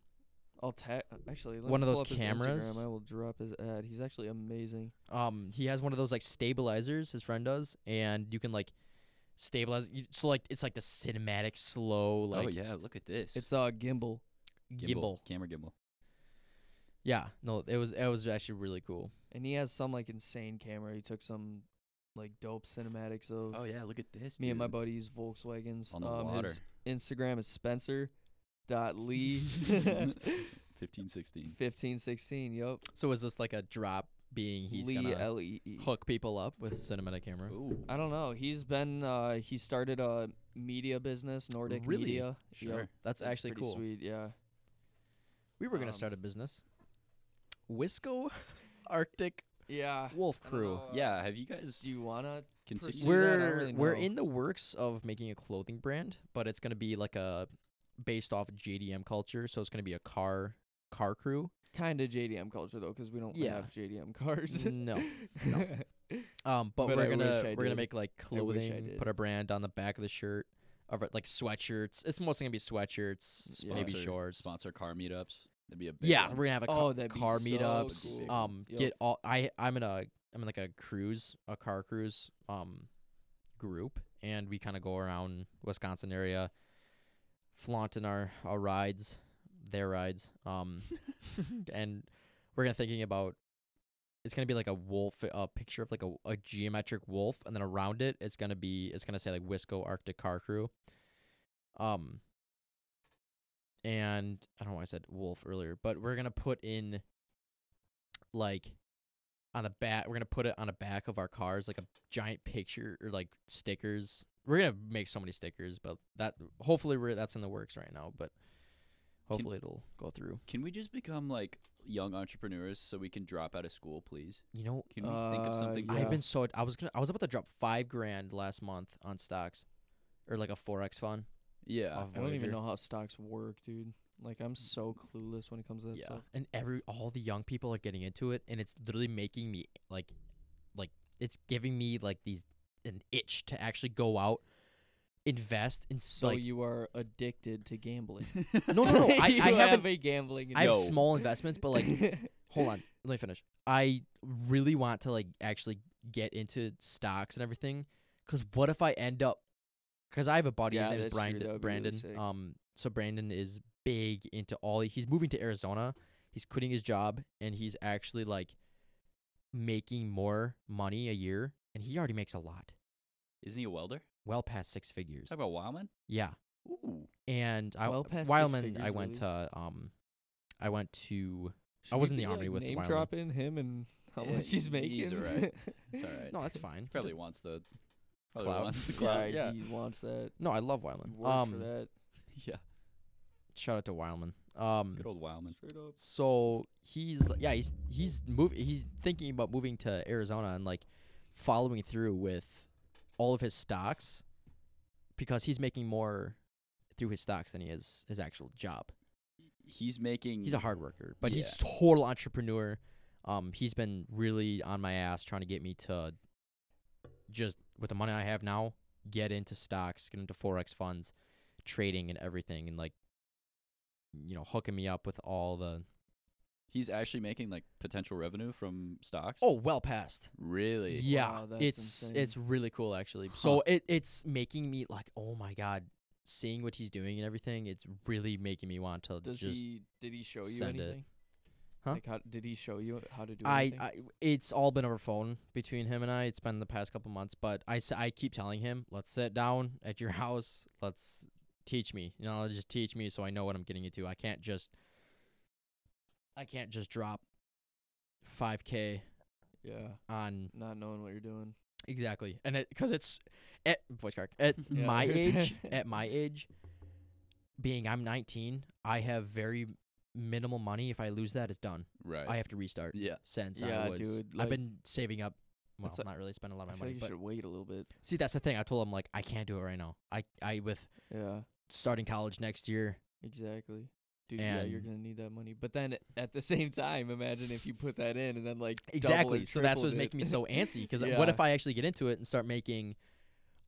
I'll tag. Actually, let One me of pull those up his Instagram. cameras? I will drop his ad. He's actually amazing. um, he has one of those like stabilizers. His friend does, and you can like stabilize. You, so like it's like the cinematic slow like oh yeah, look at this. It's uh gimbal. gimbal. camera gimbal. Yeah, no, it was it was actually really cool. And he has some like insane camera. He took some like dope cinematics of Oh yeah, look at this. me and my dude. buddies Volkswagens. on the um, water. His Instagram is Spencer dot lee 1516. 1516 yep So is this like a drop being he's lee gonna l-e-e hook people up with cinematic camera? Ooh. i don't know he's been uh he started a media business nordic Really? media Sure. Yep. That's It's actually pretty cool. sweet yeah We were gonna Um, start a business. Wisco Arctic yeah Wolf I don't Crew. know, uh, Yeah. Have you guys do you wanna continued? pursue that? I don't We're really we're know. in the works of making a clothing brand, but it's gonna be like a based off JDM culture, so it's gonna be a car car crew. kind of JDM culture though, because we don't Yeah. have JDM cars. No, no. Um, but, But we're I gonna wish I we're gonna did. make like I wish I clothing, did. put a brand on the back of the shirt, of it, like sweatshirts. It's mostly gonna be sweatshirts, Yeah. maybe Sponsor- shorts. Sponsor car meetups. That'd be a big Yeah, one. we're gonna have a Oh, car, that'd be car so meetups. cool. Um, Yep. get all I I'm in a I'm in like a cruise, a car cruise um group, and we kind of go around Wisconsin area, flaunting our our rides, their rides. Um, and we're gonna thinking about it's gonna be like a wolf, a picture of like a, a geometric wolf, and then around it, it's gonna be it's gonna say like Wisco Arctic Car Crew. Um, and I don't know why I said wolf earlier, but we're gonna put in like on the back we're gonna put it on the back of our cars like a giant picture or like stickers. We're gonna make so many stickers, but that hopefully we're that's in the works right now, but hopefully it'll go through. Can we just become like young entrepreneurs so we can drop out of school, please? You know, Can we think Uh, of something? yeah. I've been so I was gonna I was about to drop five grand last month on stocks. Or like a forex fund. Yeah. off I don't even Voyager. know how stocks work, dude. Like I'm so clueless when it comes to that Mm. yeah. stuff. And every all the young people are getting into it and it's literally making me like like it's giving me like these an itch to actually go out, invest and So so like, you are addicted to gambling. No, no, no, I- You I haven't- have a gambling. I have No. small investments, but like hold on, let me finish. I really want to like actually get into stocks and everything, cause what if I end up? Cause I have a buddy. Yeah, his name is that's true, Brandon. that would be really Brandon. sick. um, so Brandon is big into all. He's moving to Arizona. He's quitting his job, and he's actually like making more money a year, and he already makes a lot, Isn't he a welder? well past six figures. Talk about Wildman. Yeah, Ooh. and I Well past six Wildman. I figures, went to um, I went to Should was we in the be, army like, with name Wyoming. dropping him and how Yeah, much he's making. he's alright. It's all right. no, that's fine. Probably wants the. Probably Clout. wants the Yeah, clout. yeah, yeah. he wants that. No, I love He Wildman. worked Um, for that Yeah. shout out to Wildman. Um, Good old Wildman. straight up. so he's like, yeah, he's he's moving. He's thinking about moving to Arizona and like following through with all of his stocks because he's making more through his stocks than he is his actual job. He's making. He's a hard worker, but he's Yeah. total entrepreneur. Um, he's been really on my ass trying to get me to just with the money I have now get into stocks, get into forex funds, trading and everything, and like you know hooking me up with all the He's actually making like potential revenue from stocks. oh well past really? yeah Wow, that's it's insane. it's really cool actually Huh. so it it's making me like oh my god seeing what he's doing and everything it's really making me want to Does just he? Did he show you send it. anything? Huh? Like how did he show you how to do I, anything? I it's all been over phone between him and I. It's been the past couple months, but I s- I keep telling him, let's sit down at your house. Let's teach me. You know, just teach me so I know what I'm getting into. I can't just I can't just drop 5k yeah, on not knowing what you're doing. exactly. And it cuz it's at voice crack. At Yeah. my age, at my age being I'm 19, I have very minimal money. If I lose that, it's done. Right. I have to restart yeah. since Yeah, I was. dude, like- I've been saving up. Well, That's a- not really spending a lot I of my feel like money, you but should wait a little bit. see, that's the thing. I told him like I can't do it right now. I I with Yeah. starting college next year. Exactly. Dude, yeah, you're And- gonna need that money. But then at the same time, imagine if you put that in and then like double Exactly. or So that's what's tripled making me it. so antsy. Because Yeah. what if I actually get into it and start making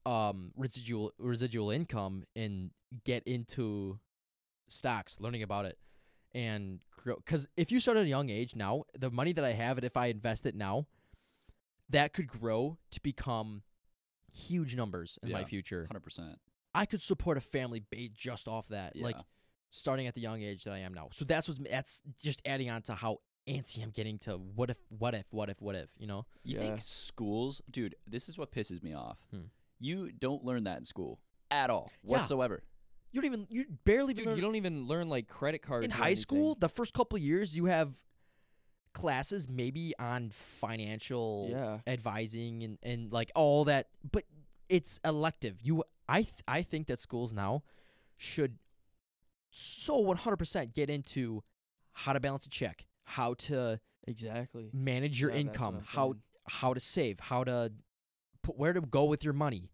um residual residual income and get into stocks, learning about it, and grow? Because if you start at a young age now, the money that I have, and if I invest it now, that could grow to become huge numbers in my Yeah. future. Hundred percent. I could support a family based just off that, like Yeah. starting at the young age that I am now. So that's what's that's just adding on to how antsy I'm getting to what if, what if, what if, what if, you know? You Yeah. think schools, dude? This is what pisses me off. Hmm. You don't learn that in school at all Yeah. whatsoever. You don't even you barely even Dude, learn you don't even learn like credit cards in or high anything. school. The first couple of years, you have classes maybe on financial Yeah. advising and and like all that, but it's elective. You I th- I think that schools now should so 100% get into how to balance a check, how to Exactly. manage your Yeah, that's what income, I'm how saying. how to save, how to put where to go with your money.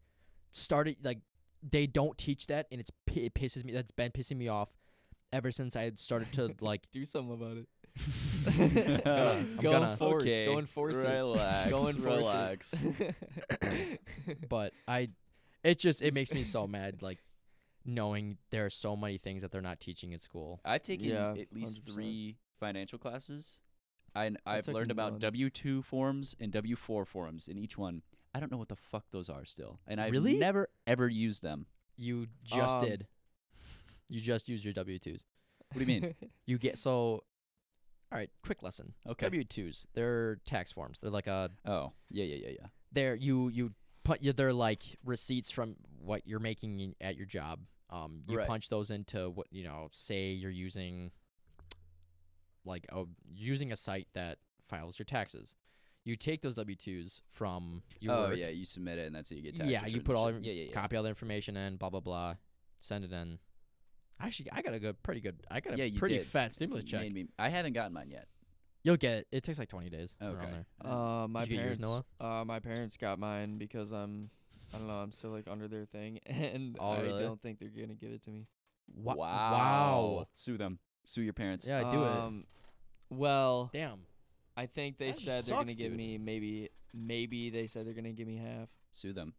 Start it like they don't teach that, and it's pi- it pisses me. That's been pissing me off ever since I had started to like. do something about it. I'm go gonna- and force. Okay, Go and force relax, it. Go and force relax. It. But I, it just it makes me so mad. Like knowing there are so many things that they're not teaching at school. I've taken Yeah, at least 100%. three financial classes. I, I I've took learned about none. W two forms and W four forms in each one. I don't know what the fuck those are still, and I've Really? never ever used them. You just Um, did. You just use your W twos. What do you mean? You get so. All right, quick lesson. Okay. W twos. They're tax forms. They're like a oh, yeah, yeah, yeah, yeah. they're you you put you they're like receipts from what you're making in- at your job. Um, you Right. punch those into what you know. Say you're using like a using a site that files your taxes. You take those W twos from you oh work, yeah, you submit it, and that's how you get tax. Yeah, you returns put and all shit. your yeah, yeah, yeah. copy all the information in, blah blah blah, send it in. Actually, I got a good, pretty good, I got a Yeah, you pretty did. fat stimulus You check. made me- I haven't gotten mine yet. You'll get it. It takes like twenty days. around Okay. there. Uh, my you get yours, parents. Uh, my parents got mine because I'm, I don't know, I'm still like under their thing, and Oh, I really? don't think they're gonna give it to me. Wha- Wow. Wow. Sue them. Sue your parents. Yeah, do it. Um, Well, Damn. I think they That just said they're gonna sucks, give dude. me maybe, maybe they said they're gonna give me half. Sue them.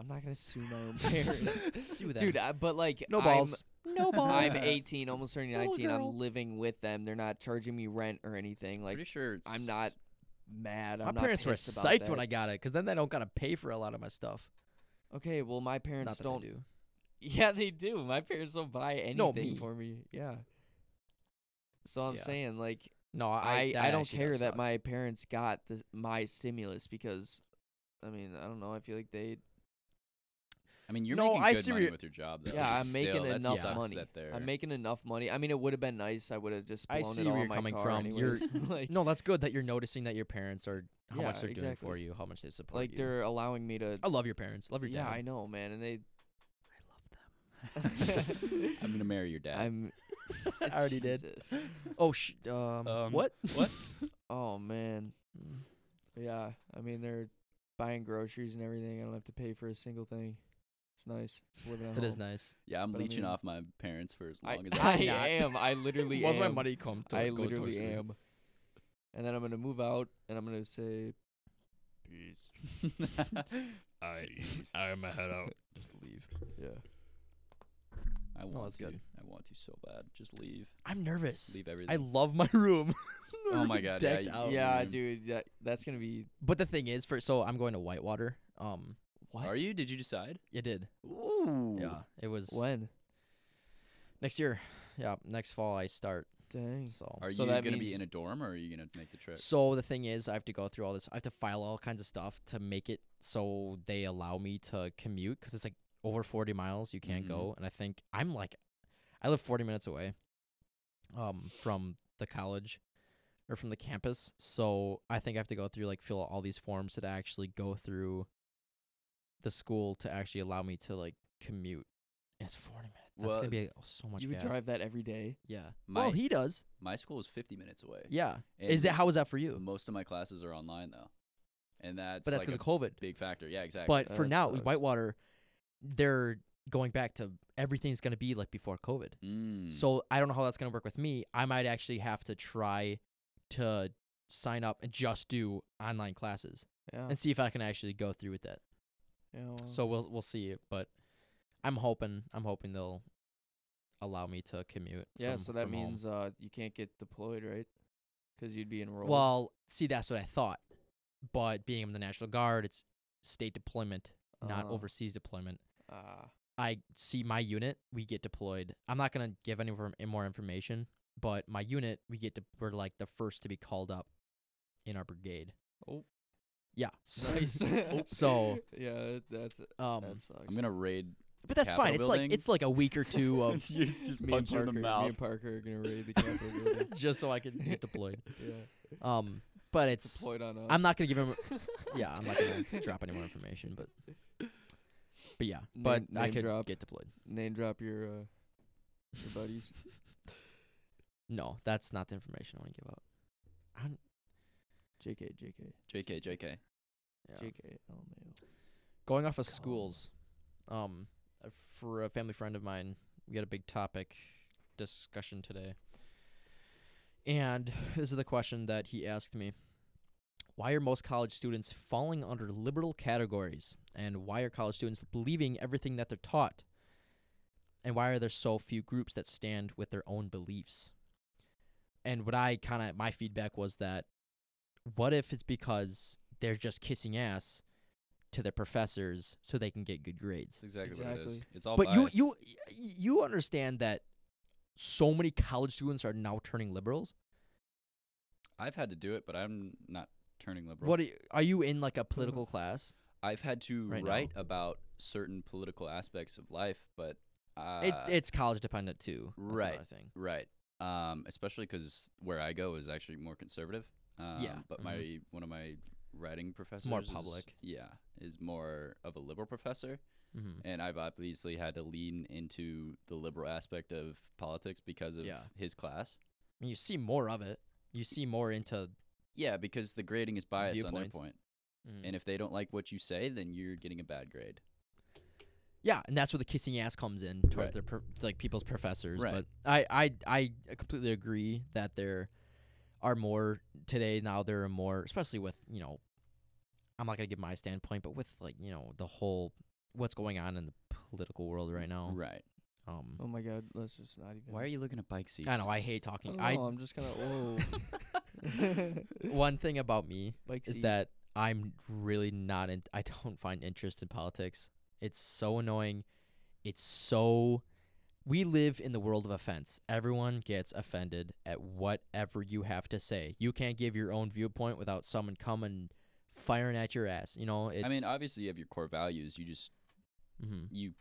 I'm not gonna sue my own parents, Sue them. dude. I, but like, No I'm- balls. No balls. I'm 18, almost turning Little 19. girl. I'm living with them. They're not charging me rent or anything. Like, Pretty sure it's I'm not mad. I'm my not parents were pissed about psyched when that. I got it because then they don't gotta pay for a lot of my stuff. Okay, well, my Not parents that don't they do. Yeah, they do. My parents don't buy anything No, me. for me. Yeah. So I'm Yeah. saying, like, No, I I I, that don't actually care does that suck. my parents got the, my stimulus because, I mean, I don't know. I feel like they. I mean, you're No, making I good money seri- with your job, though. Yeah, I'm making Still, that enough sucks money. That they're I'm making enough money. I mean, it would have been nice. I would have just blown I see it where all you're in my coming car from. You're- anyways. like, No, that's good that you're noticing that your parents are how Yeah, much they're doing for exactly. you, how much they support like you. they're allowing me to. I love your parents. Love your yeah, dad. I know, man. And they. I'm gonna marry your dad. I'm. I already did. Jesus. Oh, sh- um, Um, what? what? Oh man. Yeah, I mean they're buying groceries and everything. I don't have to pay for a single thing. It's nice. Just living at That is home. nice. yeah, I'm but I leeching mean- off my parents for as I, long as I, I can. not? am. I literally What's am. my money come to? I go literally towards? am. And then I'm gonna move out, and I'm gonna say, Peace. I Uh, I'm a head out. Just leave. yeah. I want oh, that's to. good. I want to so bad. Just leave. I'm nervous. Leave everything. I love my room. Oh my It's God, yeah, decked you- out. yeah, man. dude. That, that's gonna be But the thing is, for so I'm going to Whitewater. Um, what? Are you? Did you decide? it did. Ooh. Yeah, it was When? next year. Yeah, next fall I start. Dang. So Mm. Are So you that gonna be means- in a dorm or are you gonna make the trip? So the thing is, I have to go through all this. I have to file all kinds of stuff to make it so they allow me to commute because it's like over 40 miles. You can't Mhm. go, and I think I'm like, I live 40 minutes away, um, from the college or from the campus. So I think I have to go through like fill out all these forms to actually go through the school to actually allow me to like commute. And it's 40 minutes. That's Well, gonna be oh, so much. You would gas. drive that every day. Yeah. My well, he does. my school is 50 minutes away. Yeah. And is it how is that for you? Most of my classes are online though, and that's But that's like because a of COVID. big factor. Yeah, exactly. But for That now, sucks. Whitewater, they're going back to everything's going to be like before COVID. Mm. So I don't know how that's going to work with me. I might actually have to try to sign up and just do online classes Yeah. and see if I can actually go through with that. yeah well, So we'll we'll see. But I'm hoping I'm hoping they'll allow me to commute. yeah. from- so that from home. means uh, you can't get deployed, right? Because you'd be enrolled. well, see, that's what I thought. But being in the National Guard, it's state deployment, not Uh, overseas deployment. ah, I see my unit, we get deployed. I'm not gonna give any more, more information, but my unit, we get to we're like the first to be called up in our brigade. Oh. yeah. So, nice. so yeah, that- that's um, that sucks. I'm gonna raid But that's Capitol fine. It's like building. it's like a week or two of you just just me and punch her Parker, in the Me mouth. and Parker are gonna raid the Capitol building. just so I can get deployed. Yeah, Um, but it's deployed on us. I'm not gonna give him. yeah, I'm not gonna drop any more information, but but yeah, but Name- I name could drop. get deployed. name drop your uh, your buddies. No, that's not the information I want to give out. I'm, Jk, Jk, JK, JK. yeah. Jk, Mm-hmm. LMAO. Going off of Come. schools, um, uh, for a family friend of mine, we had a big topic discussion today, and this is the question that he asked me: Why are most college students falling under liberal categories, and why are college students believing everything that they're taught? And why are there so few groups that stand with their own beliefs? And what I kind of my feedback was that, what if it's because they're just kissing ass to their professors so they can get good grades. That's exactly, what it is. Exactly. It's all But you biased. you you understand that so many college students are now turning liberals. I've had to do it, but I'm not turning liberal. What are you, are you in like a political class? I've had to Right now. write about certain political aspects of life, but uh, it, it's college dependent too. That's right. another Thing. right, um, especially because where I go is actually more conservative. Um, Yeah. but Mhm. my one of my writing professors more is- public. yeah, is more of a liberal professor, Mm-hmm. and I've obviously had to lean into the liberal aspect of politics because of Yeah. his class. I mean, you see more of it. You see more into. Yeah, because the grading is biased on their Viewpoints. point, Mm. and if they don't like what you say, then you're getting a bad grade. yeah, and that's where the kissing ass comes in towards Right. their pro- like people's professors. Right. But I, I I completely agree that there are more today now. There are more, especially with you know, I'm not gonna give my standpoint, but with like you know the whole what's going on in the political world right now. Mm, Right. Um, Oh my God, let's just not even. Why are you looking at bike seats? I know I hate I talking. don't I, know, I'm just kind of Oh. whoa. one thing about me Like is that I'm really not in I don't find interest in politics. It's so annoying. It's so we live in the world of offense. Everyone gets offended at whatever you have to say. You can't give your own viewpoint without someone coming firing at your ass. You know, it's I mean, uh, obviously you have your core values. You just mhm. you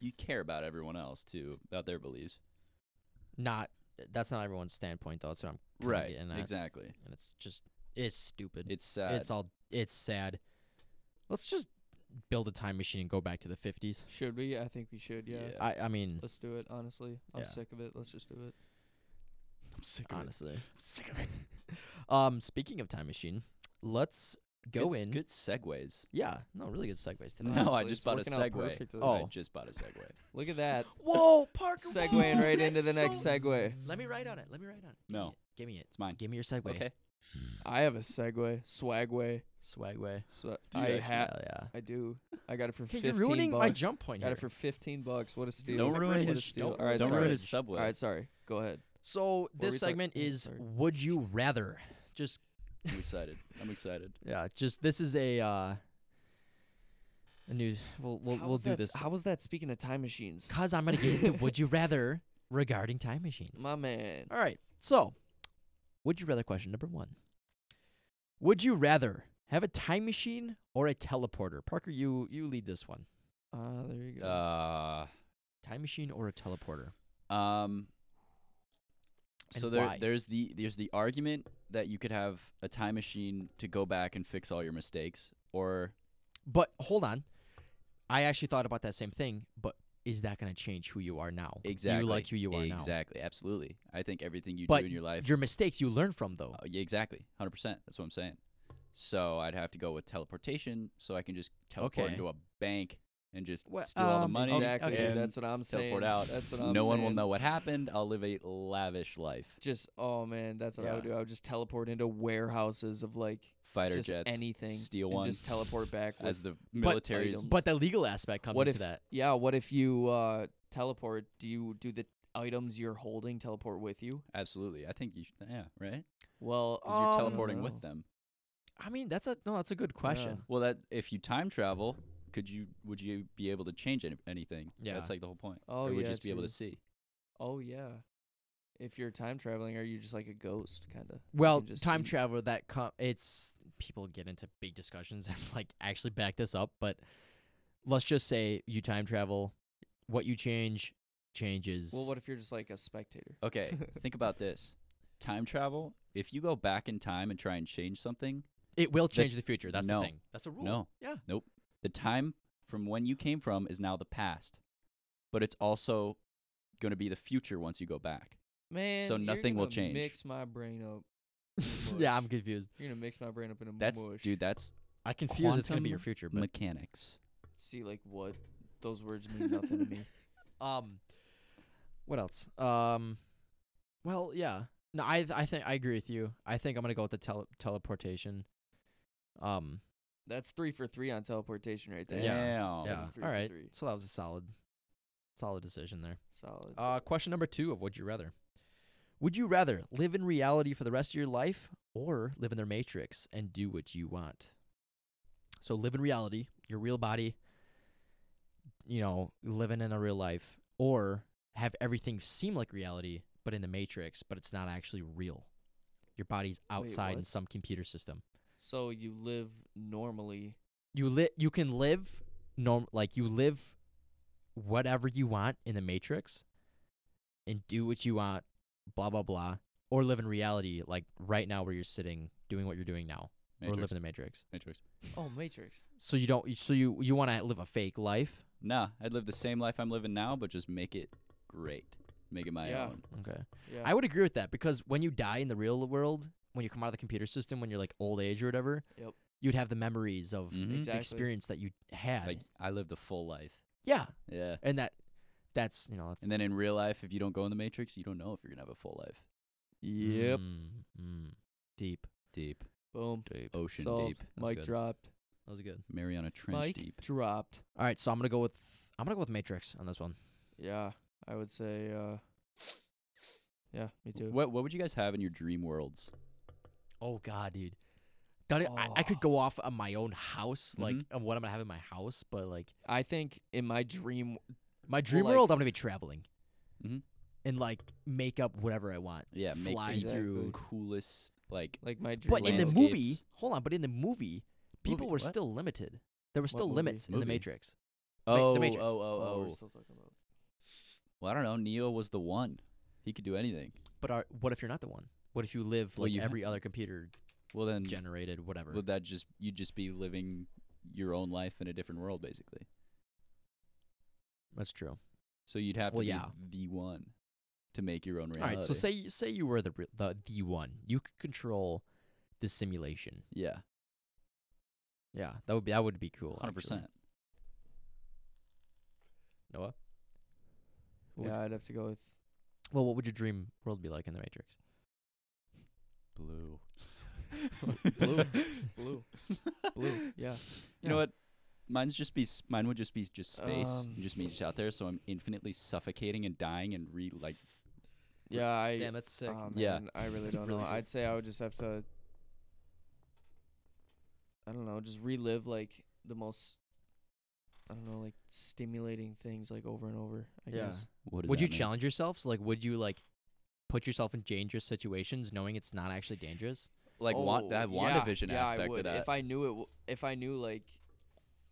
you care about everyone else too, about their beliefs. not that's not everyone's standpoint though. That's what I'm kinda getting at. Exactly. And it's just it's stupid. It's sad. It's all it's sad. Let's just build a time machine and go back to the 50s. should we? I think we should. Yeah. Yeah. I I mean, Let's do it. Honestly, I'm Yeah. sick of it. Let's just do it. I'm sick of honestly. it. I'm sick of it. Um, speaking of time machine, let's go Good s- in. Good segues. Yeah, no, really good segues today. no, I Honestly, just it's bought a working out Segway. perfectly. I Oh. just bought a Segway. Look at that. Whoa, Parker! Segueing whoa, right into that's the next so- segue. Let me write on it. Let me write on it. Give me No. it, give me it. It's mine. Give me your segue. Okay. I have a Segway, Swagway. Swagway. Swa- Do you I actually? have. Hell yeah. I do. I got it for Okay, 15 you're ruining bucks. my jump point Got here. it for 15 bucks. What a steal. Don't ruin what a his- steal. don't- All right, Don't sorry. ruin his All Subway. right, sorry. Go ahead. so were we this talking- segment oh, is sorry. "Would You Rather." Just I'm excited. I'm excited. yeah, just this is a uh, a new. We'll we'll, we'll do this was that speaking of time machines? because I'm gonna get into "Would You Rather" regarding time machines. My man. All right. So, would you rather question number one? Would you rather have a time machine or a teleporter? Parker, you you lead this one. Ah, there you go. Uh, Time machine or a teleporter? um. So And there, why? there's the there's the argument that you could have a time machine to go back and fix all your mistakes, or But hold on, I actually thought about that same thing. But is that going to change who you are now? Exactly. Do you like who you are now? Exactly. Absolutely. I think everything you But do in your life. Your mistakes you learn from though. Uh, yeah, exactly. 100%. That's what I'm saying. So I'd have to go with teleportation so I can just teleport Okay. into a bank and just Well, steal all the um, money. exactly. okay. and That's what I'm saying. teleport out. That's what I'm no saying. one will know what happened. I'll live a lavish life. Just oh man, that's what I would Yeah. do. I would just teleport into warehouses of like Fighter just jets. anything. Steal and one. Just teleport back. as with- the military's. But the legal aspect comes what into if? that. Yeah. What if you uh, teleport? Do you do the items you're holding teleport with you? absolutely. I think you should. Yeah, right? Well, oh, Because you're Um, teleporting no. with them. I mean, that's a no. That's a good question. Well, that if you time travel, could you would you be able to change any, anything? Yeah. That's like the whole point. or Oh would you yeah, just be able true. to see. Oh yeah. If you're time traveling, are you just like a ghost kind of? Well, can just time see- travel that com- it's people get into big discussions and like actually back this up, but let's just say you time travel. What you change changes. Well, what if you're just like a spectator? Okay, think about this. Time travel, if you go back in time and try and change something, it will the- change the, future. That's no. the thing. That's a rule. no. Yeah. Nope. The time from when you came from is now the past. But it's also going to be the future once you go back. Man, So you're nothing will gonna change. Mix my brain up. yeah, I'm confused. You're gonna mix my brain up in a That's mush. dude, that's I confused. It's gonna be your Quantum future, but mechanics. See, like what? Those words mean nothing to me. um, what else? Um, well, yeah. No, I th- I think I agree with you. I think I'm gonna go with the tele- teleportation. Um, That's three for three on teleportation right there. Damn. Yeah. Oh, that yeah. was three All for right. three. So that was a solid, solid decision there. Solid. Uh, question number two of Would You Rather. Would you rather live in reality for the rest of your life or live in their matrix and do what you want? So live in reality, your real body, you know, living in a real life, or have everything seem like reality but in the matrix, but it's not actually real. Your body's outside in what? some computer system. so you live normally. You li- you can live norm like you live whatever you want in the matrix and do what you want blah blah blah or live in reality like right now where you're sitting doing what you're doing now or live Matrix. in the matrix Matrix. Oh, Matrix. so you don't so you you want to live a fake life Nah, I'd live the same life I'm living now, but just make it great. Make it my Yeah. own. okay Yeah. i would agree with that because when you die in the real world when you come out of the computer system when you're like old age or whatever Yep. Mm. you'd have the memories of Mhm. the Exactly. experience that you had Like I lived a full life. yeah Yeah. and that that's you know that's And then in real life, if you don't go in the matrix, you don't know if you're going to have a full life. Yep. Mm, mm. deep Deep. Boom. deep Ocean Solved. deep. That's Mic good. dropped. that was good Mariana Trench Mike deep. dropped. All right, so I'm gonna go with I'm gonna go with Matrix on this one. Yeah, I would say. uh Yeah, me too. What what would you guys have in your dream worlds? Oh God, dude, Don't it- I, I could Oh. go off on my own house, like Mhm. of what I'm gonna have in my house, but like I think in my dream. my dream like- world, I'm gonna be traveling Mm-hmm. Mhm. and like make up whatever I want. Yeah, make fly the Exactly. through. coolest like Like my dream. But in the landscape. movie, landscapes. hold on. But in the movie, people Movie, were what? still limited. There were still movie? limits in Movie. the Matrix. Ma- the oh, Matrix. oh oh Oh, we're oh still talking about. Well, I don't know. Neo was the one. He could do anything. But are, what if you're not the one? What if you Mm. live Well, like you ha- every other computer Well then, generated whatever? would that just you'd just be living your own life in a different world basically? That's true. So you'd have Well, to yeah. be the one to make your own All reality. right, so say you- say you were the re- the the one, you could control the simulation. yeah, Yeah, that would be that would be cool. actually. hundred percent. Noah. What would- Yeah, I'd have to go with. Well, what would your dream world be like in the Matrix? Blue. Blue. Blue. Blue, yeah. You know what? Mine's just be s- mine would just be just space, Um, and just me just out there. So I'm infinitely suffocating and dying and re like Yeah, I. Damn, that's sick. Oh, Yeah. man, I really That's don't really know. cool. I'd say I would just have to. I don't know. Just relive like the most. I don't know, like stimulating things like over and over. I Yeah. guess. what is would that you mean? challenge yourself? So, like, would you like put yourself in dangerous situations, knowing it's not actually dangerous? like want that Oh, WandaVision yeah, yeah, I aspect of would. that? If I knew it, w- if I knew like,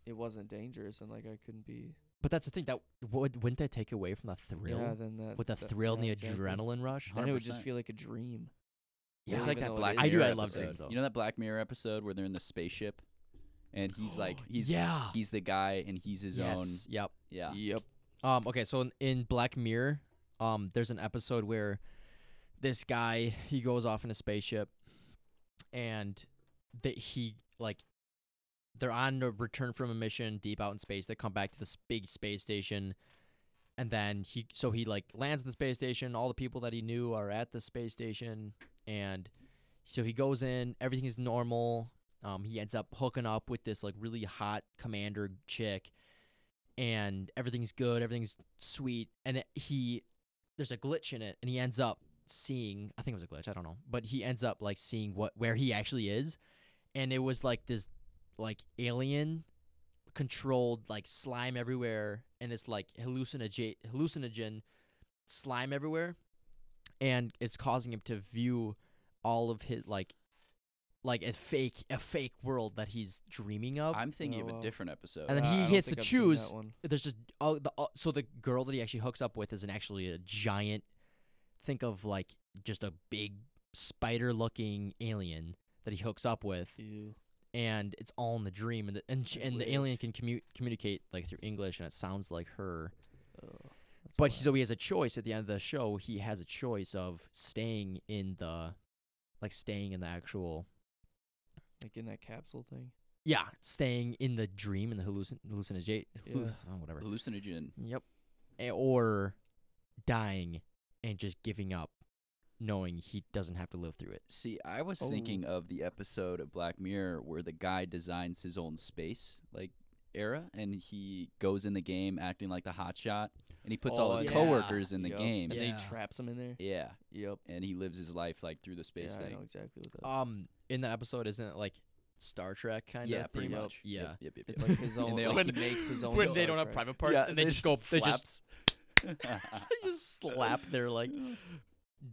it wasn't dangerous and like I couldn't be. But that's the thing that would wouldn't that take away from the thrill? Yeah, then that. With the that- thrill and yeah, the exactly. adrenaline rush. Then it would just 100%. feel like a dream. Yeah. It's like Even that though it Black is Mirror I do, I episode. love dreams, though. You know that Black Mirror episode where they're in the spaceship and Oh, he's like he's yeah. he's the guy and he's his own yes. Yep. yeah. Yep. Um, okay, so in, in Black Mirror, um, there's an episode where this guy he goes off in a spaceship, and that he like they're on a return from a mission deep out in space. They come back to this big space station, and then he so he like lands in the space station. All the people that he knew are at the space station, and so he goes in. Everything is normal. Um, he ends up hooking up with this like really hot commander chick, and everything's good, everything's sweet, and it, he there's a glitch in it, and he ends up seeing I think it was a glitch, I don't know, but he ends up like seeing what where he actually is, and it was like this like alien controlled like slime everywhere, and it's like hallucinogen hallucinogen slime everywhere, and it's causing him to view all of his like like a fake a fake world that he's dreaming of. I'm thinking Oh, of a wow. different episode. And then Uh, I he don't hits the think I've seen that choose. one. There's just oh the oh, so the girl that he actually hooks up with is an actually a giant. Think of like just a big spider-looking alien that he hooks up with, Ew. and it's all in the dream, and the, and, sh- I and the wish. alien can commu- communicate like through English, and it sounds like her. Ugh, that's But wild. he, so he has a choice at the end of the show. He has a choice of staying in the, like staying in the actual, like in that capsule thing. yeah, staying in the dream in the hallucin hallucinogate, Yeah. oh, whatever. hallucinogen. Yep. eh, Or dying and just giving up, knowing he doesn't have to live through it. See, I was Oh. thinking of the episode of Black Mirror where the guy designs his own space like era and he goes in the game acting like the hotshot and he puts all Oh, his yeah. coworkers in the Yup. game. and Yeah. they Yeah. traps him in there. Yep. And he lives his life like through the space yeah, I thing. know exactly what that. Um, in that episode, isn't it like Star Trek kind yeah, of? pretty Yup. much. Yeah. Yep, yep, yep, it's yep. like his And own. they Like, all- he makes his own. when Star they don't have Trek. private parts Yeah, and they they just go just flap. flaps. they just slap their like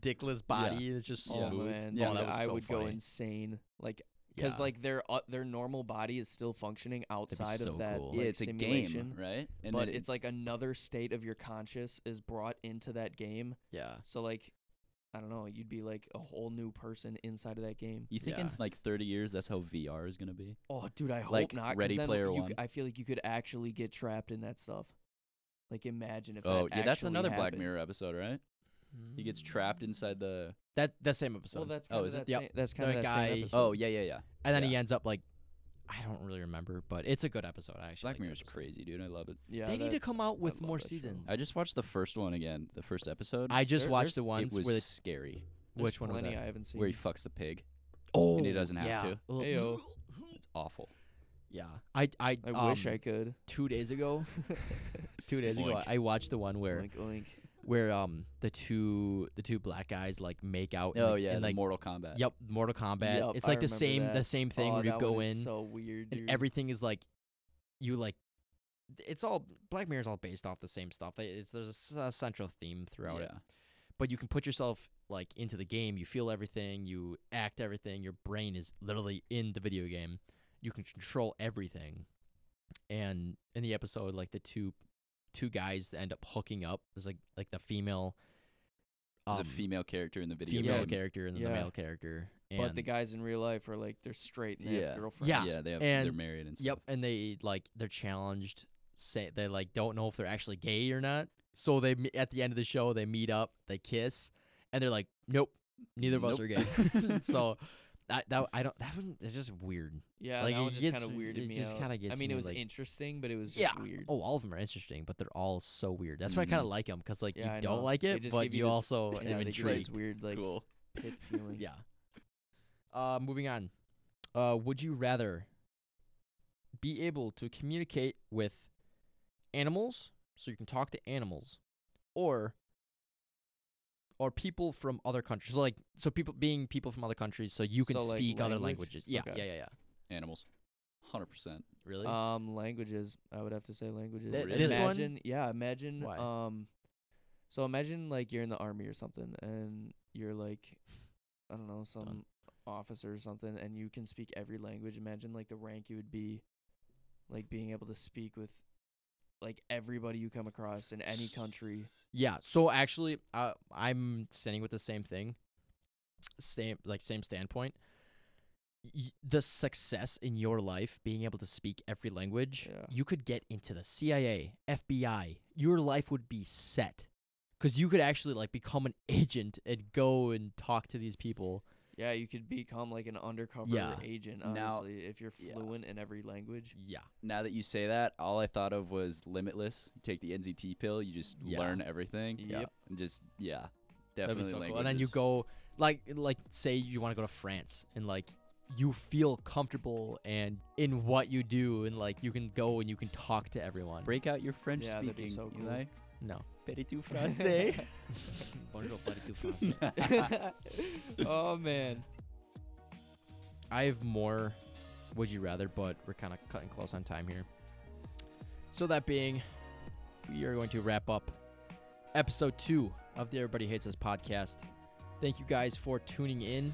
dickless body. and It's just Oh Yeah. smooth. man, Yeah, dude, that was I so would go funny. insane. Like, cause Yeah. like their uh, their normal body is still functioning outside so of that. cool. Like, yeah, it's a game, simulation, right? And but then it's like another state of your conscious is brought into that game. yeah. So like, I don't know, you'd be like a whole new person inside of that game. you think in yeah. like 30 years that's how VR is going to be? Oh, dude, I hope Like not. 'cause Ready then Player you c- One. I feel like you could actually get trapped in that stuff. Like, imagine if. Oh, that yeah, that's actually another Black happened. Mirror episode, right? He gets trapped inside the That that same episode. Well, that's Oh, kind of is it? that. Yep. Same, that's kind The of that guy- Same episode. Oh, yeah, yeah, yeah. and then he yeah. ends up like, I don't really remember, but it's a good episode. I actually. Black like that Mirror is episode. crazy, dude. I love it. yeah. they that, need to come out with love more that show. seasons. I just watched the first one again, the first episode. I just There- watched there's- the ones it was where the, scary. there's which one was plenty that? I haven't seen. Where he fucks the pig. Oh, and he doesn't have yeah. to. Ugh. Ayo. It's awful. Yeah, I I, I wish I um, could. two days ago, two days ago, Oink. I watched the one where Oink, oink. where um the two the two black guys like make out. in, Oh like, yeah, in, the like Mortal Kombat. yep, Mortal Kombat. Yup, it's I like the remember same the that. same thing oh, where you that go one in is so weird, dude. and everything is like you like. It's all Black Mirror's all based off the same stuff. They- It's there's a s- a central theme throughout it, Yeah. but you can put yourself like into the game. You feel everything, you act everything. Your brain is literally in the video game. You can control everything. And in the episode, like the two two guys that end up hooking up is like like the female, There's um, a female character in the video female game. character and then the Yeah. male character. And But the guys in real life are like they're straight and they Yeah. have girlfriends. Yeah. Yeah, they have, they're and- married and stuff. Yep, and they like they're challenged. Say they like don't know if they're actually gay or not. So they me- at the end of the show they meet up, they kiss, and they're like, "Nope, neither of us are gay." so that that I don't that one it's just weird. Yeah, Like, that it one just gets- kind of weirded it me just out. kinda I gets mean, me, it was like- interesting, but it was Yeah. just weird. Oh, all of them are interesting, but they're all so weird. That's why I kind of Mhm. like them because like Mm-hmm. Yeah, I you don't know. like They it, just but give you you this- also yeah, are they give you this intrigued. weird like cool. pit feeling. Yeah. Uh, moving on. Uh, would you rather be able to communicate with animals, so you can talk to animals, or or people from other countries? So like, so people being people from other countries, so you can So, like, speak other language? languages. Yeah, Okay. yeah, yeah, yeah. Animals. 100%. Really? Um, languages. I would have to say languages. Th- Really? this imagine, one? yeah, imagine. Why? Um, so imagine like you're in the army or something, and you're like, I don't know, some officer or something, and you can speak every language. Imagine like the rank you would be, like being able to speak with, like everybody you come across in any country. Yeah. So actually, uh, I'm standing with the same thing, same like same standpoint. Y- the success in your life, being able to speak every language, Yeah. you could get into the CIA, FBI. Your life would be set, because you could actually like become an agent and go and talk to these people. Yeah, you could become like an undercover Yeah. agent, Now- honestly, if you're yeah. fluent in every language. Yeah. Now that you say that, all I thought of was Limitless. You take the NZT pill, you just Yeah. learn everything. Yep. And just, yeah. That'd be Definitely so languages. cool. And then you go like like say you want to go to France and like you feel comfortable and in what you do and like you can go and you can talk to everyone. Break out your French Yeah, that'd be speaking, so cool. Eli. No. Petit tout français. Bonjour, party to France. oh man. I have more would you rather, but we're kind of cutting close on time here. So that being, we are going to wrap up episode two of the Everybody Hates Us podcast. Thank you guys for tuning in.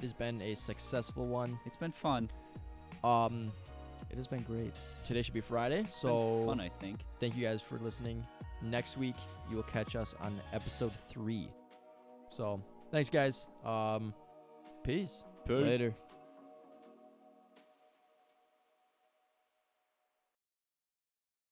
has been a successful one. It's been fun. Um, It has been great. today should be Friday, It's been so fun, I think. thank you guys for listening. Next week, you will catch us on episode three. So, thanks, guys. Um, peace. Later.